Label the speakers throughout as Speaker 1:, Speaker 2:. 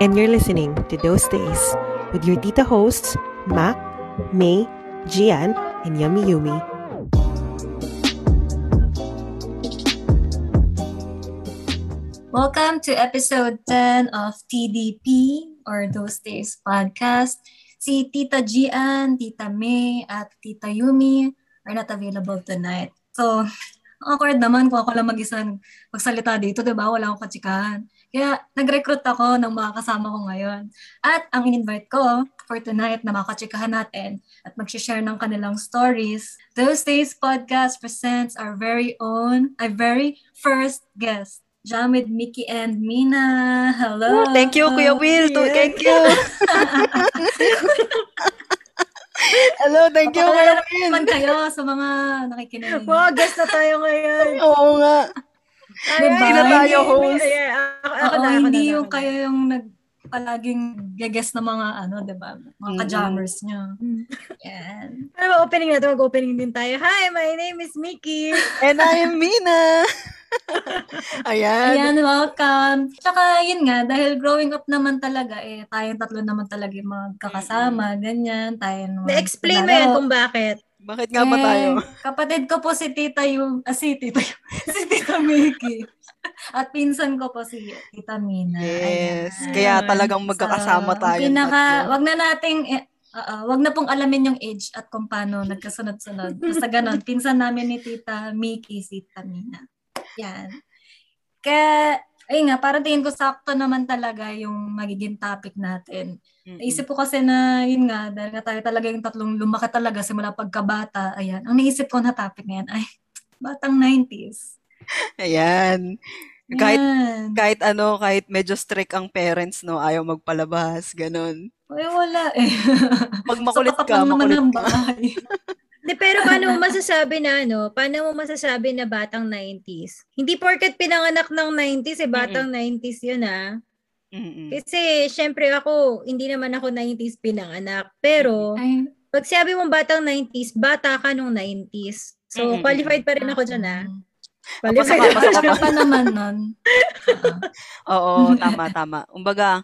Speaker 1: and you're listening to Those Days with your Tita hosts, Mac, May, Gian, and Yummy Yumi.
Speaker 2: Welcome to episode 10 of TDP or Those Days podcast. Si Tita Gian, Tita May, at Tita Yumi are not available tonight. So, awkward naman kung ako lang mag-isang magsalita dito, di ba? Wala akong katsikan. Kaya nag-recruit ako ng mga kasama ko ngayon. At ang in-invite ko for tonight na makatsikahan natin at mag-share ng kanilang stories, Those Days Podcast presents our very own, our very first guest. Jamid, Mickey, and Mina. Hello!
Speaker 3: Oh, thank you, Kuya Will.
Speaker 1: Yeah.
Speaker 3: To, thank you. Hello, thank you,
Speaker 2: Pakilala
Speaker 3: Kuya Will.
Speaker 2: naman kayo sa mga nakikinig.
Speaker 4: Mga guest na tayo ngayon.
Speaker 3: Oo nga.
Speaker 2: Diba?
Speaker 3: Hindi na tayo
Speaker 4: Hindi,
Speaker 3: host.
Speaker 4: may- yeah, ako, ako
Speaker 2: Oo,
Speaker 4: na, ako
Speaker 2: hindi
Speaker 4: na,
Speaker 2: yung
Speaker 4: ako na.
Speaker 2: kayo yung nag palaging gagas ng mga ano, 'di ba? Mga
Speaker 3: Mm.
Speaker 2: ka-jammers nyo. Yan.
Speaker 4: Ano ba, opening na to? Mag-opening din tayo. Hi, my name is Mickey.
Speaker 3: And I am Mina. Ayan.
Speaker 2: Ayan, welcome. Tsaka yun nga, dahil growing up naman talaga, eh, tayong tatlo naman talaga yung
Speaker 3: Mm.
Speaker 2: magkakasama, ganyan, tayong mga
Speaker 4: Na-explain mo yan
Speaker 2: kalaro.
Speaker 4: kung bakit.
Speaker 3: Bakit nga ba tayo?
Speaker 2: Eh, kapatid ko po si Tita yung, ah, si Tita yung, si Tita Miki. At pinsan ko po si Tita Mina.
Speaker 3: Yes.
Speaker 2: Ayan.
Speaker 3: Kaya
Speaker 4: Ayan.
Speaker 3: talagang magkakasama
Speaker 2: So,
Speaker 3: tayo.
Speaker 2: Pinaka,
Speaker 3: tatlo.
Speaker 2: wag na nating, eh, oo, wag na pong alamin yung age at kung paano nagkasunod-sunod. Basta ganun, pinsan namin ni Tita Miki, si Tita Mina. Yan. Kaya, ayun nga, para tingin ko sakto naman talaga yung magiging topic natin.
Speaker 3: Mm-mm.
Speaker 2: Naisip ko kasi na, yun nga, dahil nga tayo talaga yung tatlong lumaki talaga simula pagkabata, ayan. Ang naisip ko na topic ngayon ay, batang 90s.
Speaker 3: Ayan. Kahit
Speaker 2: Ayan.
Speaker 3: kahit ano, kahit medyo strict ang parents, no? Ayaw magpalabas, ganun.
Speaker 2: Uy, wala eh.
Speaker 3: Pag makulit
Speaker 2: Sa tapat
Speaker 3: ka,
Speaker 2: lang naman
Speaker 3: makulit
Speaker 2: ng
Speaker 3: ka.
Speaker 2: bahay.
Speaker 4: Di, pero paano mo masasabi na ano? Paano mo masasabi na batang 90s? Hindi porket pinanganak ng 90s, eh batang 90s yun ah.
Speaker 3: Mm-mm.
Speaker 4: Kasi syempre ako, hindi naman ako 90s pinanganak. Pero
Speaker 2: Ay,
Speaker 4: pag sabi mong batang 90s, bata ka nung 90s. So
Speaker 3: Mm-mm.
Speaker 4: qualified pa rin ako dyan ah.
Speaker 3: Pasok
Speaker 4: Qualified
Speaker 3: ka, Mm. pasok ka.
Speaker 4: ako
Speaker 2: Basta pa naman nun. Oo.
Speaker 3: Oo, tama, tama. Kumbaga,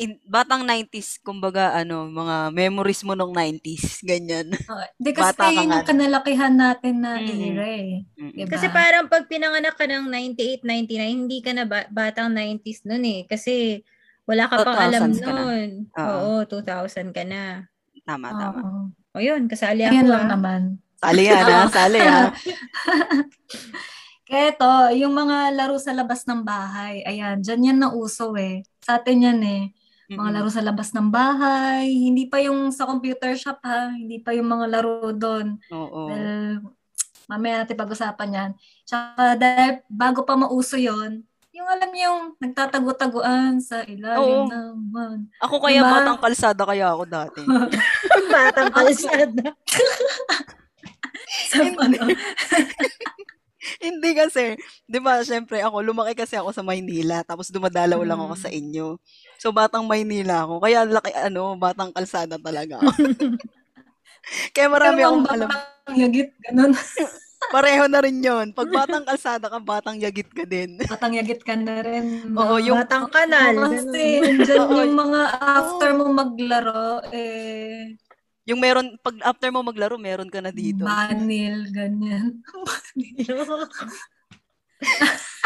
Speaker 3: in, batang 90s, kumbaga, ano, mga memories mo nung 90s, ganyan.
Speaker 2: Oo. Di kasi
Speaker 3: Bata ka
Speaker 2: yun
Speaker 3: nga.
Speaker 2: yung kanalakihan natin na
Speaker 3: Mm-mm.
Speaker 2: era eh.
Speaker 3: Mm-mm.
Speaker 2: Diba?
Speaker 4: Kasi parang pag pinanganak ka ng 98, 99, hindi ka na ba- batang 90s nun eh. Kasi wala ka pang alam
Speaker 3: 2000s ka na.
Speaker 4: nun.
Speaker 3: Oo.
Speaker 4: Oo, 2000 ka na.
Speaker 3: Tama, tama.
Speaker 2: Oo.
Speaker 4: O yun, kasali ako.
Speaker 2: Ayan lang
Speaker 4: ah.
Speaker 2: naman.
Speaker 3: Sali yan, ha?
Speaker 2: Oo.
Speaker 3: Sali, ah. ha?
Speaker 2: Kaya ito, yung mga laro sa labas ng bahay, ayan, dyan yan nauso eh. Sa atin yan eh. Mga laro sa labas ng bahay, hindi pa yung sa computer shop ha, hindi pa yung mga laro doon.
Speaker 3: Oo.
Speaker 2: Well, mamaya natin pag-usapan yan. Tsaka dahil bago pa mauso yon yung alam yung nagtatago-taguan sa ilalim
Speaker 3: Oo.
Speaker 2: ng buwan.
Speaker 3: Ako kaya
Speaker 2: diba?
Speaker 3: batang kalsada kaya ako dati.
Speaker 4: Batang kalsada.
Speaker 2: Sa ano.
Speaker 3: Hindi kasi, di ba, syempre ako, lumaki kasi ako sa Maynila, tapos dumadalaw lang ako
Speaker 2: Mm.
Speaker 3: sa inyo. So, batang Maynila ako. Kaya, laki, ano, batang kalsada talaga ako. kaya marami
Speaker 2: Dalawang
Speaker 3: akong alam.
Speaker 2: batang yagit, ganun.
Speaker 3: Pareho na rin yon Pag batang kalsada ka, batang yagit ka din.
Speaker 2: Batang yagit ka na rin. no?
Speaker 3: Oo, yung
Speaker 4: Batang kanal.
Speaker 2: Kasi dyan
Speaker 3: Oo.
Speaker 2: yung mga after mo maglaro, eh,
Speaker 3: Yung meron, pag after mo maglaro, meron ka na dito.
Speaker 2: banil, ganyan.
Speaker 4: Ganun.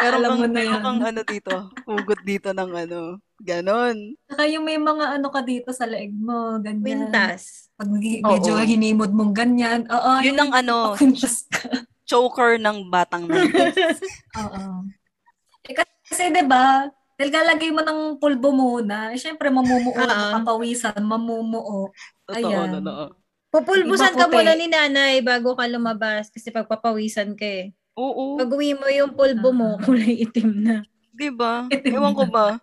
Speaker 3: Meron
Speaker 2: Alam
Speaker 3: kang,
Speaker 2: mo na
Speaker 3: meron
Speaker 2: yan.
Speaker 3: kang ano dito, hugot dito ng ano, ganon.
Speaker 2: Saka yung may mga ano ka dito sa leeg mo, ganyan.
Speaker 4: Wintas.
Speaker 2: Pag gi- medyo
Speaker 3: Oo.
Speaker 2: hinimod mong ganyan. Oo,
Speaker 3: Yun ang ano,
Speaker 2: conscious ka.
Speaker 3: choker ng batang 90s.
Speaker 2: Oo. Eh, kasi 'di ba? Dahil lalagay mo ng pulbo muna, eh, syempre mamumuo,
Speaker 4: Oo.
Speaker 2: papawisan, mamumuo.
Speaker 3: Totoo,
Speaker 2: Ayan.
Speaker 3: totoo.
Speaker 4: Pupulbusan
Speaker 2: Iba
Speaker 4: ka
Speaker 2: puti.
Speaker 4: muna ni nanay bago ka lumabas kasi pagpapawisan ka eh.
Speaker 3: Oo,
Speaker 4: Pag uwi mo yung pulbo mo, kulay itim na.
Speaker 3: di ba?
Speaker 2: Itim
Speaker 3: diba? Ewan ko ba?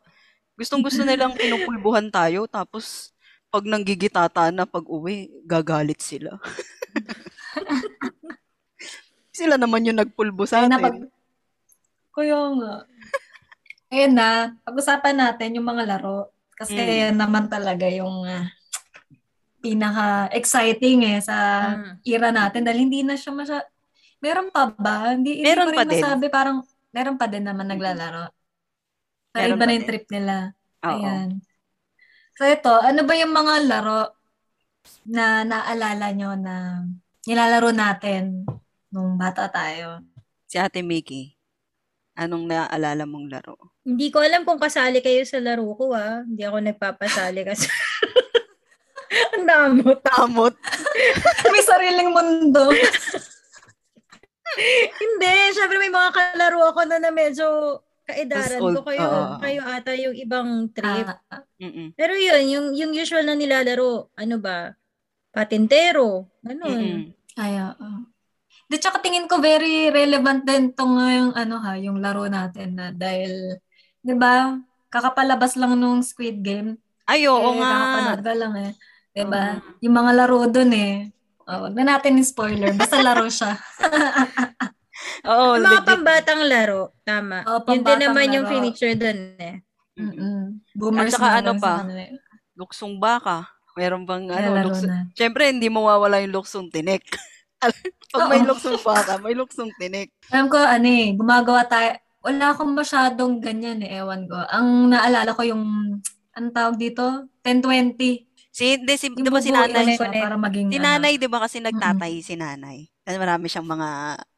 Speaker 3: Gustong gusto nilang pinupulbuhan tayo, tapos pag nanggigitata na pag uwi, gagalit sila. sila naman yung nagpulbo sa
Speaker 2: Ay,
Speaker 3: atin.
Speaker 2: napag... Kuya nga. Ayan na, pag-usapan natin yung mga laro. Kasi
Speaker 3: Mm.
Speaker 2: yan naman talaga yung ah, pinaka-exciting eh sa
Speaker 3: Hmm.
Speaker 4: Ah.
Speaker 2: era natin. Dahil hindi na siya masya... Meron pa ba? Hindi, hindi
Speaker 3: Meron
Speaker 2: ko rin
Speaker 3: pa din.
Speaker 2: masabi. Parang meron pa din naman naglalaro. Pero
Speaker 3: Meron
Speaker 2: iba
Speaker 3: pa
Speaker 2: na yung
Speaker 3: din.
Speaker 2: trip nila.
Speaker 3: Oo.
Speaker 2: Ayan. So ito, ano ba yung mga laro na naalala nyo na nilalaro natin nung bata tayo?
Speaker 3: Si Ate Mickey, anong naaalala mong laro?
Speaker 4: Hindi ko alam kung kasali kayo sa laro ko ah. Hindi ako nagpapasali kasi. Ang damot.
Speaker 3: Tamot.
Speaker 2: May sariling mundo.
Speaker 4: Hindi, syempre may mga kalaro ako na, na medyo kaedaran
Speaker 3: Mas old,
Speaker 4: ko kayo.
Speaker 3: oo.
Speaker 4: kayo ata yung ibang trip.
Speaker 2: Ah,
Speaker 3: Mm-mm.
Speaker 4: Pero yun, yung, yung usual na nilalaro, ano ba? Patintero,
Speaker 2: Ano
Speaker 4: ganun.
Speaker 3: Mm-mm.
Speaker 2: ay, oo. Di tsaka tingin ko very relevant din tong yung ano ha, yung laro natin na dahil, di ba, kakapalabas lang nung Squid Game.
Speaker 3: Ay,
Speaker 2: eh,
Speaker 3: oo nga.
Speaker 2: Kakapanood ka lang eh. Di ba?
Speaker 3: Oo.
Speaker 2: Yung mga laro dun eh. Oh, wag na natin yung spoiler. Basta laro siya.
Speaker 3: Oo,
Speaker 4: Yung mga
Speaker 3: legit.
Speaker 4: pambatang laro, tama.
Speaker 2: Oo,
Speaker 4: yun din
Speaker 2: pambatang
Speaker 4: naman yung
Speaker 2: laro.
Speaker 4: furniture dun eh.
Speaker 3: Mm-mm.
Speaker 2: Mm-mm. Boomers
Speaker 3: At saka
Speaker 2: na
Speaker 3: ano
Speaker 2: lang sa
Speaker 3: pa?
Speaker 2: kanila eh.
Speaker 3: Luksong baka. Meron bang ano,
Speaker 2: Nilalaro
Speaker 3: luksong...
Speaker 2: na.
Speaker 3: Siyempre, hindi mawawala yung luksong tinik. Pag may
Speaker 2: Oo.
Speaker 3: luksong baka, may luksong tinik.
Speaker 2: Alam ko, ano eh, gumagawa tayo. Wala akong masyadong ganyan eh, ewan ko. Ang naalala ko yung, anong tawag dito? 10-20.
Speaker 3: Si, di, si, di
Speaker 2: Yung
Speaker 3: ba si
Speaker 2: bubuuin
Speaker 3: nanay?
Speaker 2: siya para maging,
Speaker 3: Si
Speaker 2: ano.
Speaker 3: nanay, di ba kasi nagtatay si nanay? Kasi marami siyang mga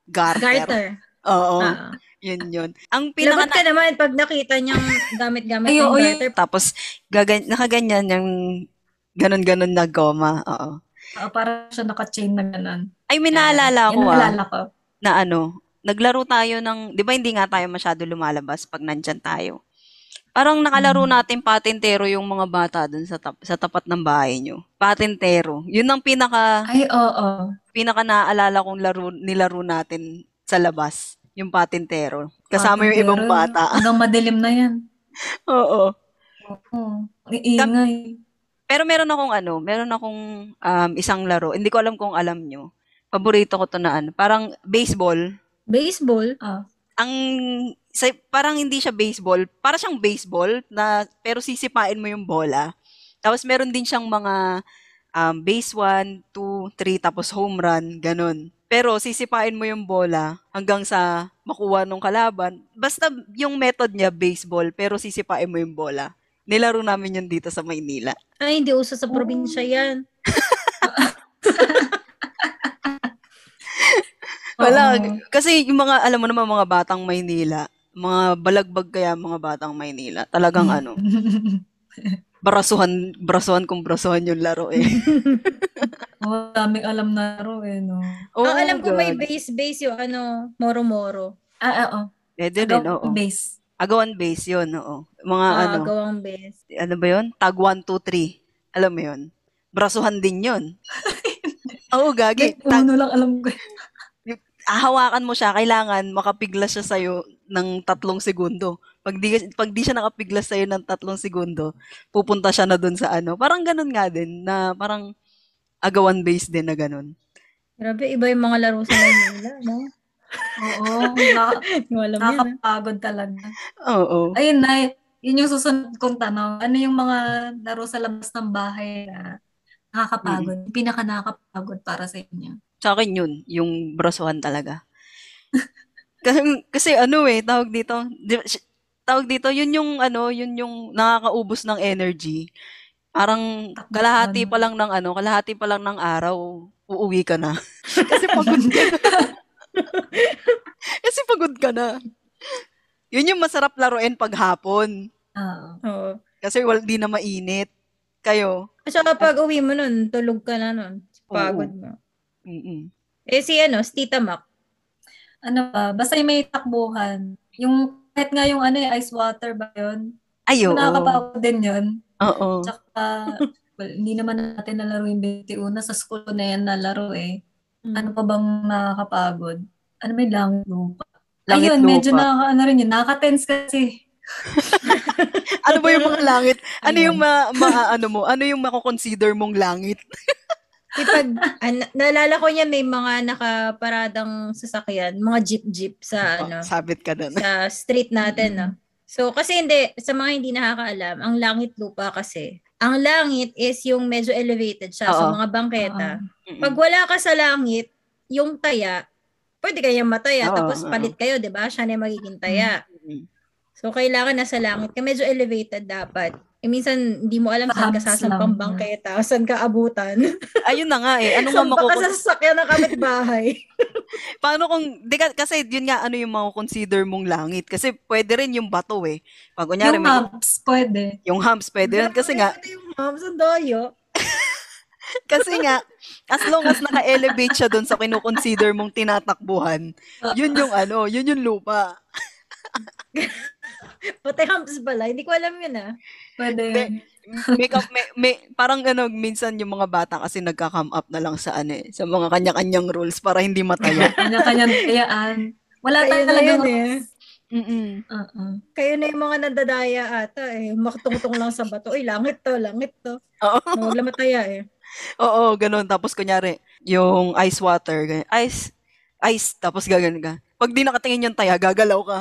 Speaker 3: garter.
Speaker 4: Garter.
Speaker 3: Oo,
Speaker 4: Ah.
Speaker 3: yun yun. Ang pinaka
Speaker 4: Lagot ka naman pag nakita niyang gamit-gamit
Speaker 2: Ay,
Speaker 4: yung
Speaker 2: oo,
Speaker 4: garter.
Speaker 3: tapos gagan nakaganyan yung ganon-ganon na goma. Oo.
Speaker 2: Oo, para siya naka-chain na gano'n.
Speaker 3: Ay, may naalala
Speaker 2: Yan
Speaker 3: ko
Speaker 2: ang
Speaker 3: ah,
Speaker 2: naalala ko.
Speaker 3: na ano, naglaro tayo ng, di ba hindi nga tayo masyado lumalabas pag nandyan tayo. Parang nakalaro
Speaker 2: Mm.
Speaker 3: natin patintero yung mga bata dun sa, tap- sa tapat ng bahay nyo. Patintero. Yun ang pinaka,
Speaker 2: Ay, oo.
Speaker 3: pinaka naaalala kong laro, nilaro natin sa labas. Yung patintero. Kasama yung ibang
Speaker 2: Pero,
Speaker 3: bata.
Speaker 2: Hanggang madilim na yan.
Speaker 3: Oo.
Speaker 2: Oo. Iingay.
Speaker 3: Pero meron akong ano, meron akong um, isang laro. Hindi ko alam kung alam nyo. Paborito ko to na ano. Parang baseball.
Speaker 4: Baseball.
Speaker 3: Ang sa, parang hindi siya baseball. Para siyang baseball na pero sisipain mo yung bola. Tapos meron din siyang mga um, base 1, 2, 3 tapos home run, ganun. Pero sisipain mo yung bola hanggang sa makuha nung kalaban. Basta yung method niya baseball pero sisipain mo yung bola. Nilaro namin yun dito sa Maynila.
Speaker 4: Ay, hindi uso sa
Speaker 2: Oh.
Speaker 4: probinsya yan.
Speaker 3: Wala.
Speaker 2: Oo.
Speaker 3: Kasi yung mga, alam mo naman, mga batang Maynila, mga balagbag kaya mga batang Maynila, talagang ano, barasuhan, barasuhan kung barasuhan yung laro eh.
Speaker 2: Oo, daming alam na ro eh, no?
Speaker 3: Oo,
Speaker 4: Ang alam ko may
Speaker 3: Oh, God.
Speaker 4: base-base yung ano, moro-moro.
Speaker 2: Ah, ah, oo.
Speaker 3: Pwede Eh, rin,
Speaker 2: Agaw-
Speaker 3: oo.
Speaker 2: Base.
Speaker 3: Agawan base, yun, oo. Mga
Speaker 4: Ah,
Speaker 3: ano,
Speaker 4: gawang base.
Speaker 3: ano ba yun? Tag 1, 2, 3. Alam mo yun? Brasuhan din yun. Oo, gagi.
Speaker 2: Like,
Speaker 3: Tag,
Speaker 2: ano lang alam ko.
Speaker 3: hawakan mo siya, kailangan makapiglas siya sa'yo ng tatlong segundo. Pag di, pag di siya nakapiglas sa'yo ng tatlong segundo, pupunta siya na dun sa ano. Parang ganun nga din, na parang agawan base din na ganun.
Speaker 4: Grabe, iba yung mga laro sa Manila, no?
Speaker 2: Oo, na-
Speaker 3: eh.
Speaker 4: Hindi ko alam yan. ah.
Speaker 2: nakakapagod talaga.
Speaker 3: Oo.
Speaker 2: Ayun na, yun yung susunod kong tanong. Ano yung mga laro sa labas ng bahay na nakakapagod? Yung Pinaka nakakapagod para sa inyo.
Speaker 3: Sa akin yun, yung brasuhan talaga. kasi, kasi ano eh, tawag dito, di- sh- tawag dito, yun yung ano, yun yung nakakaubos ng energy. Parang kalahati pa lang ng ano, kalahati pa lang ng araw, uuwi ka na. kasi pagod ka na. kasi pagod ka na. Yun yung masarap laruin pag hapon.
Speaker 2: Oo.
Speaker 4: eh. Oo.
Speaker 3: Kasi wal di na mainit. Kayo.
Speaker 4: So, kapag Ah, uwi mo nun, tulog ka na nun. Pagod
Speaker 3: Oo.
Speaker 4: mo.
Speaker 3: Mm-mm.
Speaker 4: Eh, si ano, si Tita Mac.
Speaker 2: Ano ba? Basta yung may takbuhan. Yung kahit nga yung ano, yung ice water ba yun?
Speaker 3: Ay, oo.
Speaker 2: Nakakapagod din yun.
Speaker 3: Oo.
Speaker 2: Tsaka, well, hindi naman natin nalaro yung 21. Sa school ko na yan nalaro eh. Ano
Speaker 4: Mm.
Speaker 2: pa bang nakakapagod? Ano may langit lupa?
Speaker 3: Langit
Speaker 2: Ayun, medyo
Speaker 3: lupa.
Speaker 2: nakaka, ano rin yun, nakaka-tense kasi.
Speaker 3: Ano ba yung mga langit? Ano
Speaker 2: Ayun.
Speaker 3: yung ma, ma- ano mo? Ano yung mako-consider mong langit?
Speaker 4: Eh, pag, an- naalala ko niya may mga nakaparadang sasakyan, mga jeep-jeep sa ano,
Speaker 3: Oh, sabit ka doon.
Speaker 4: sa street natin,
Speaker 2: Mm.
Speaker 4: no? So, kasi hindi, sa mga hindi nakakaalam, ang langit lupa kasi, ang langit is yung medyo elevated siya sa
Speaker 3: Oo.
Speaker 4: mga bangketa. Pag wala ka sa langit, yung taya, pwede kayang mataya,
Speaker 3: Oo,
Speaker 4: tapos
Speaker 3: oo.
Speaker 4: palit kayo, di ba? Siya na yung magiging taya.
Speaker 3: Mm-mm.
Speaker 4: So, kailangan nasa langit ka. Medyo elevated dapat. Eh, minsan, hindi mo alam saan ka
Speaker 2: Perhaps lang.
Speaker 4: sasampang bangketa, saan ka abutan.
Speaker 3: Ayun na nga eh. Ano nga
Speaker 4: Saan ba ka
Speaker 3: makukonsider?
Speaker 4: sasakyan ng kapitbahay?
Speaker 3: Paano kung, di ka, kasi yun nga ano yung makukonsider mong langit. Kasi pwede rin yung bato eh. Pag kunyari,
Speaker 2: Yung
Speaker 3: may,
Speaker 2: maps, pwede.
Speaker 3: yung humps pwede rin. Kasi nga,
Speaker 4: Ito yung moms, ang doyo.
Speaker 3: Kasi nga, as long as naka-elevate siya doon sa kinukonsider mong tinatakbuhan,
Speaker 4: Ah.
Speaker 3: yun yung ano, yun yung lupa.
Speaker 4: Pati humps pala. Hindi ko alam yun ah.
Speaker 2: Pwede
Speaker 3: Hindi.
Speaker 2: yun.
Speaker 3: May, ka- may, may- parang ano, minsan yung mga bata kasi nagka-come up na lang sa ano eh, sa mga kanya-kanyang rules para hindi mataya.
Speaker 2: Kanya-kanyang kayaan. Wala
Speaker 4: Kayo na
Speaker 2: talaga.
Speaker 4: yun eh.
Speaker 3: Mm-mm.
Speaker 2: Uh-uh.
Speaker 4: Kayo na yung mga nadadaya ata eh. Makatungtong lang sa bato. Uy, langit to, langit to.
Speaker 3: Oo,
Speaker 4: Huwag lang mataya eh.
Speaker 3: oo, ganun. Tapos kunyari, yung ice water, ganyan. ice, ice, tapos gagano ka. Pag di nakatingin yung taya, gagalaw ka.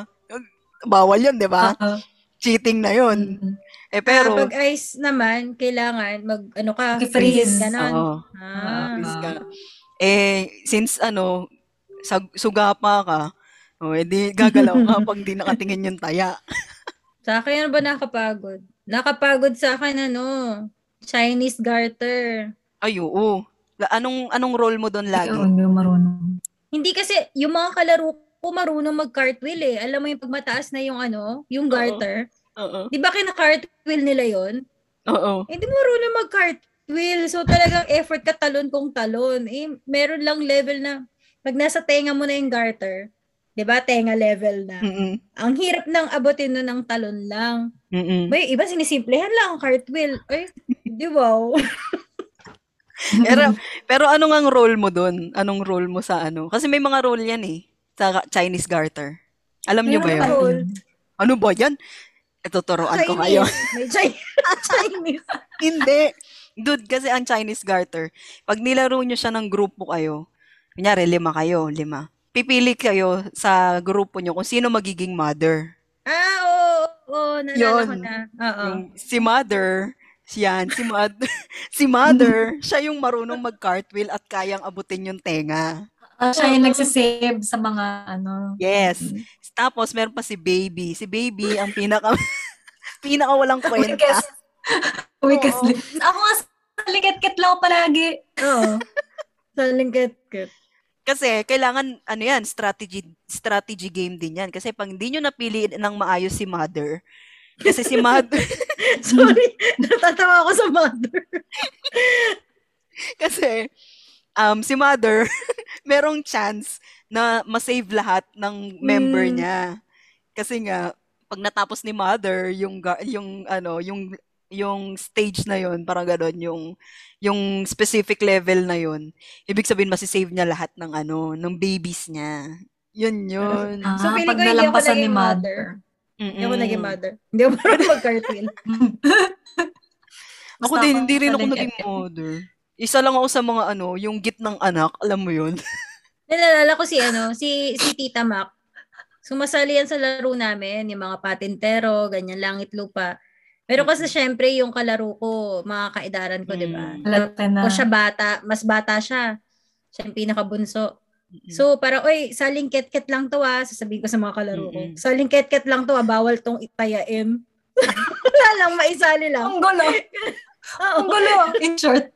Speaker 3: Bawal yun, di ba?
Speaker 2: Oo.
Speaker 3: Cheating na yun.
Speaker 2: Mm.
Speaker 3: Eh pero,
Speaker 4: Pag ice naman, kailangan mag, ano ka,
Speaker 2: Mag-freeze.
Speaker 4: Ganon.
Speaker 3: oo. Ah,
Speaker 4: Ah.
Speaker 3: please ka. Eh, since ano, sag, sugapa ka, o oh, edi gagalaw ka pag di nakatingin yung taya.
Speaker 4: Sa akin, ano ba nakapagod? Nakapagod sa akin, ano, Chinese garter.
Speaker 3: Ay, oo. La- Anong, anong role mo doon lagi?
Speaker 2: Yun, yung marunong.
Speaker 4: Hindi kasi, yung mga kalaro ko marunong mag-cartwheel eh. Alam mo yung pagmataas na yung ano, yung garter.
Speaker 3: Oo.
Speaker 4: Di ba kina-cartwheel nila yon
Speaker 3: Oo.
Speaker 4: Hindi mo marunong mag-cartwheel. So talagang effort ka talon kung talon. Eh, meron lang level na pag nasa tenga mo na yung garter, 'di ba? Tenga level na.
Speaker 3: Mm-mm.
Speaker 4: Ang hirap ng abutin nun ng talon lang.
Speaker 3: Mm-mm.
Speaker 4: May iba sinisimplihan lang ang cartwheel. Ay, di wow.
Speaker 3: Pero, pero anong ang role mo doon? Anong role mo sa ano? Kasi may mga role yan eh. Sa ka- Chinese garter. Alam niyo ba
Speaker 4: Meron
Speaker 3: yun?
Speaker 4: ba? Yun.
Speaker 3: Ano ba yan? Ito, turuan ko kayo.
Speaker 4: Chinese. May Chi- Chinese.
Speaker 3: Hindi. Dude, kasi ang Chinese garter, pag nilaro nyo siya ng grupo kayo, kunyari lima kayo, lima. Pipili kayo sa grupo nyo kung sino magiging mother.
Speaker 4: Ah, oo. Oo, naalala ko
Speaker 3: Yun. Mm.
Speaker 4: na. Oo.
Speaker 3: Yung si mother, siyan, si mother, si mother, siya yung marunong mag-cartwheel at kayang abutin yung tenga.
Speaker 2: Ah, siya yung nagsisave sa mga ano.
Speaker 3: Yes. Tapos meron pa si baby. Si baby ang pinaka pinaka walang kwenta.
Speaker 2: Weakest. Weakest.
Speaker 3: Oo.
Speaker 2: link. Ako nga sa likat-kit lang ako palagi.
Speaker 4: Oo. Sa lingkit-kit.
Speaker 3: Kasi kailangan ano yan, strategy strategy game din yan kasi pag hindi nyo napili ng maayos si mother, kasi si mother Mm.
Speaker 4: Sorry. Natatawa ako sa mother.
Speaker 3: kasi um si mother merong chance na masave lahat ng member
Speaker 4: Mm.
Speaker 3: niya. Kasi nga pag natapos ni mother yung ga- yung ano yung yung stage na yon parang gano'n, yung yung specific level na yon ibig sabihin masisave niya lahat ng ano ng babies niya yun yun
Speaker 2: Ah,
Speaker 4: So, feeling
Speaker 2: pag
Speaker 4: ko hindi ako
Speaker 2: nalampasan ni
Speaker 4: naging
Speaker 2: mother.
Speaker 4: Hindi ako
Speaker 3: Mm-mm.
Speaker 4: naging mother. Hindi ako marunong mag-cartwheel.
Speaker 3: Ako
Speaker 2: Basta
Speaker 3: din, hindi rin ako
Speaker 2: talaga-
Speaker 3: naging mother. Isa lang ako sa mga ano, yung gitnang anak, alam mo yun?
Speaker 4: Nalalala ko si, ano, si, si Tita Mac. Sumasali yan sa laro namin, yung mga patintero, ganyan, langit lupa. Pero kasi syempre yung kalaro ko, mga kaedaran ko, di ba?
Speaker 3: Mm.
Speaker 2: Halata na.
Speaker 4: O siya bata, mas bata siya. Siya yung pinakabunso.
Speaker 3: Hmm.
Speaker 4: So, para, oy, saling ket-ket lang to ah, sasabihin ko sa mga kalaro ko.
Speaker 3: Mm-mm.
Speaker 4: Saling ket-ket lang to ah, bawal tong itayaim. Wala lang, maisali lang.
Speaker 2: Ang gulo.
Speaker 4: Oo.
Speaker 2: Ang gulo. In short.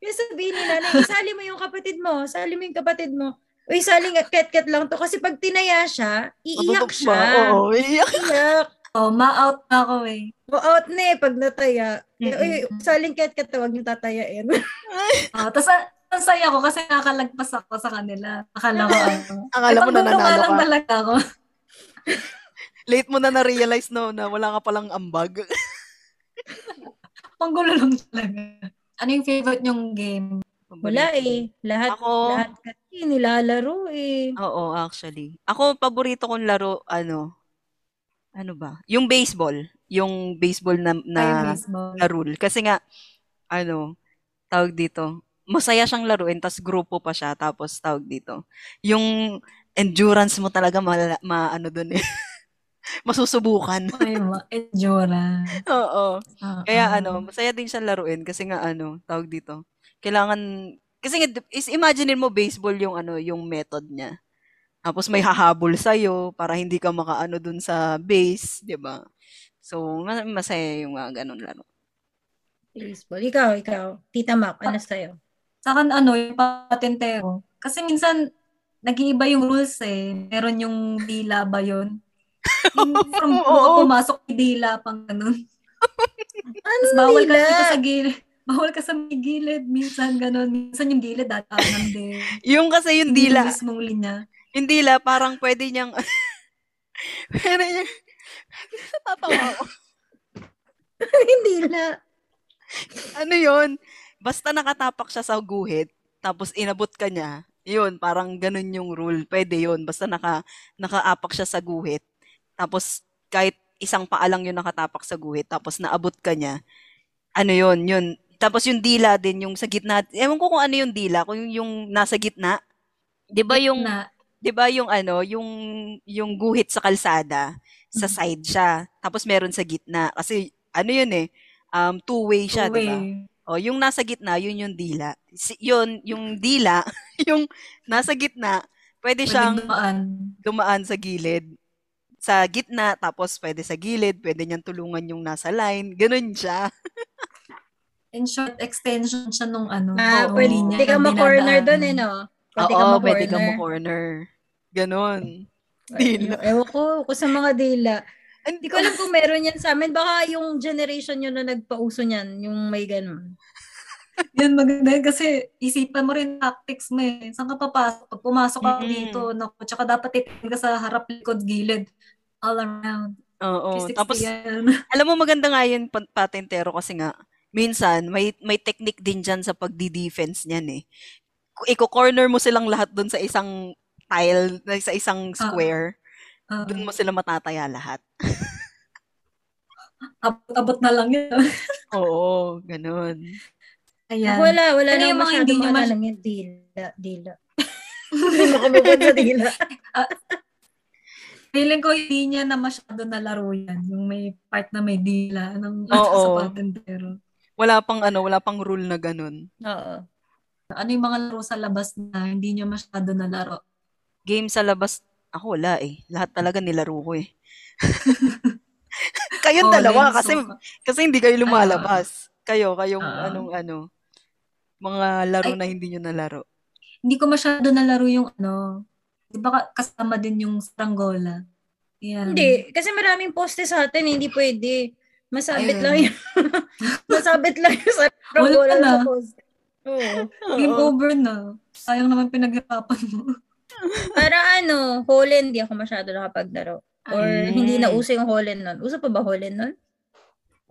Speaker 4: Yung sabihin ni nanay, isali mo yung kapatid mo, sali mo yung kapatid mo. Uy, saling ket-ket lang to. Kasi pag tinaya siya, iiyak
Speaker 3: Matutok
Speaker 4: siya.
Speaker 3: ba? Oo, iiyak.
Speaker 4: Iiyak.
Speaker 2: Oh, ma-out na ako eh.
Speaker 4: Out na eh, pag nataya. Eh,
Speaker 3: Mm-mm.
Speaker 4: Uy, saling ket-ket to, huwag niyong tatayain.
Speaker 2: Oh, Tapos, ang saya ko kasi nakalagpas ako sa kanila. Akala ko ano.
Speaker 3: Akala mo na
Speaker 2: Ipagduduga
Speaker 3: nanalo
Speaker 2: lang
Speaker 3: ka.
Speaker 2: talaga ako.
Speaker 3: Late mo na na-realize no, na wala ka palang ambag.
Speaker 2: Ang gulo lang talaga. Ano yung favorite niyong game?
Speaker 4: Wala eh. Lahat,
Speaker 3: Ako,
Speaker 4: lahat kasi nilalaro eh.
Speaker 3: oo, actually. Ako, paborito kong laro, ano, ano ba? Yung baseball. Yung baseball na, na,
Speaker 2: Ay, baseball.
Speaker 3: na rule. Kasi nga, ano, tawag dito, masaya siyang laruin, tas grupo pa siya, tapos tawag dito. Yung endurance mo talaga, ma, ma ano dun eh. Masusubukan.
Speaker 2: Ay, ma- endurance. Ah,
Speaker 3: Oo.
Speaker 2: Oo.
Speaker 3: Kaya ano, masaya din siyang laruin kasi nga ano, tawag dito. Kailangan, kasi nga, is imaginein mo baseball yung ano, yung method niya. Tapos may hahabol sa'yo para hindi ka makaano dun sa base, di ba? So, ma- masaya yung mga ganun laro.
Speaker 4: Baseball. Ikaw, ikaw. Tita Mac, ano sa'yo?
Speaker 2: Sa akin, ano, yung patentero. Kasi minsan, nag-iiba yung rules eh. Meron yung dila ba yun? Yung from
Speaker 3: Oo.
Speaker 2: pumasok yung dila pang ganun.
Speaker 4: Ano
Speaker 2: Tapos bawal ka
Speaker 4: nila?
Speaker 2: dito sa gilid. Bawal ka sa may gilid. Minsan ganun. Minsan yung gilid datanan din.
Speaker 3: Yung kasi yung
Speaker 2: Hindi
Speaker 3: dila,
Speaker 2: Yung mismong linya.
Speaker 3: yung dila parang pwede niyang, pwede niyang, tatawa ako.
Speaker 4: Hindi na.
Speaker 3: Ano yun? Basta nakatapak siya sa guhit, tapos inabot ka niya, yun, parang ganun yung rule. Pwede yun. Basta naka, nakaapak siya sa guhit, tapos kahit isang paa lang yung nakatapak sa guhit, tapos naabot ka niya, ano yun, yun. Tapos yung dila din, yung sa gitna, ewan ko kung ano yung dila, kung yung, yung nasa gitna. Di ba yung,
Speaker 2: Na,
Speaker 3: 'di ba yung ano, yung yung guhit sa kalsada, sa
Speaker 2: Mhm.
Speaker 3: side siya. Tapos meron sa gitna kasi ano 'yun eh, um two-way siya,
Speaker 4: diba?
Speaker 3: 'di ba?
Speaker 2: away.
Speaker 3: Oh, yung nasa gitna, yun yung dila. Si, yun, yung dila, yung nasa gitna, pwede
Speaker 2: Pwedeng
Speaker 3: siyang
Speaker 2: dumaan.
Speaker 3: dumaan sa gilid. Sa gitna, tapos pwede sa gilid, pwede niyang tulungan yung nasa line. Ganun siya.
Speaker 2: In short, extension siya nung ano.
Speaker 4: Ah,
Speaker 2: oo,
Speaker 4: pwede.
Speaker 2: linya
Speaker 4: Hindi ka
Speaker 2: ng
Speaker 4: ma-corner
Speaker 2: dinadaanan.
Speaker 4: doon eh, no? Pwede ka
Speaker 3: Oo,
Speaker 4: ma-corner.
Speaker 3: pwede ka mo-corner. Ganun. Dila.
Speaker 4: Ay, Ewan ko, ko sa mga dila. Hindi ko alam kung meron yan sa amin. Baka yung generation yun na nagpauso niyan, yung may ganun.
Speaker 2: Yan maganda yun kasi isipan mo rin tactics mo eh. Saan ka papasok? Pag pumasok ka
Speaker 3: Mm.
Speaker 2: dito, naku, tsaka dapat titingin ka sa harap, likod, gilid. All around.
Speaker 3: Oo.
Speaker 2: 360
Speaker 3: Oh, Tapos,
Speaker 2: yan.
Speaker 3: Alam mo maganda nga yun pan- patentero kasi nga minsan may may technique din diyan sa pagdi-defense niyan eh. Ku- Iko-corner mo silang lahat doon sa isang tile, na- sa isang square.
Speaker 2: Ah,
Speaker 3: Doon mo sila matataya lahat.
Speaker 2: abot-abot na lang yun.
Speaker 3: Oo, ganun.
Speaker 2: Ayan.
Speaker 4: Wala, wala
Speaker 2: Ano
Speaker 4: nang
Speaker 2: yung mga
Speaker 4: masyado
Speaker 2: hindi nyo
Speaker 4: maalala
Speaker 2: mas-
Speaker 4: yan. Dila, dila. Hindi makamukod sa dila.
Speaker 2: Feeling ko hindi niya na masyado nalaro yan. Yung may part na may dila ng
Speaker 3: Oo.
Speaker 2: sa patentero.
Speaker 3: Wala pang ano, wala pang rule na ganun.
Speaker 4: Oo.
Speaker 2: Ano yung mga laro sa labas na hindi niya masyado nalaro?
Speaker 3: Game sa labas, ako wala eh. Lahat talaga nilaro ko eh. Kayong
Speaker 2: Online,
Speaker 3: dalawa
Speaker 2: so-
Speaker 3: kasi kasi hindi kayo lumalabas. Kayo, kayong
Speaker 2: Ah.
Speaker 3: anong ano mga laro
Speaker 2: Ay.
Speaker 3: na hindi niyo nalaro.
Speaker 2: hindi ko masyado nalaro yung ano. Di ba ka- kasama din yung stranggola? Yan.
Speaker 4: Hindi, kasi maraming poste sa atin, hindi pwede. Masabit
Speaker 2: Ayun.
Speaker 4: lang yun. Masabit lang yun sa
Speaker 2: Wala
Speaker 4: wala
Speaker 2: na.
Speaker 4: sa poste. Oo.
Speaker 2: Game
Speaker 3: Oo.
Speaker 2: over na. Sayang naman pinaghirapan mo.
Speaker 4: Para ano, Holland, hindi ako masyado nakapaglaro. Or
Speaker 3: Ay.
Speaker 4: hindi na uso yung Holland nun. Uso pa ba Holland nun?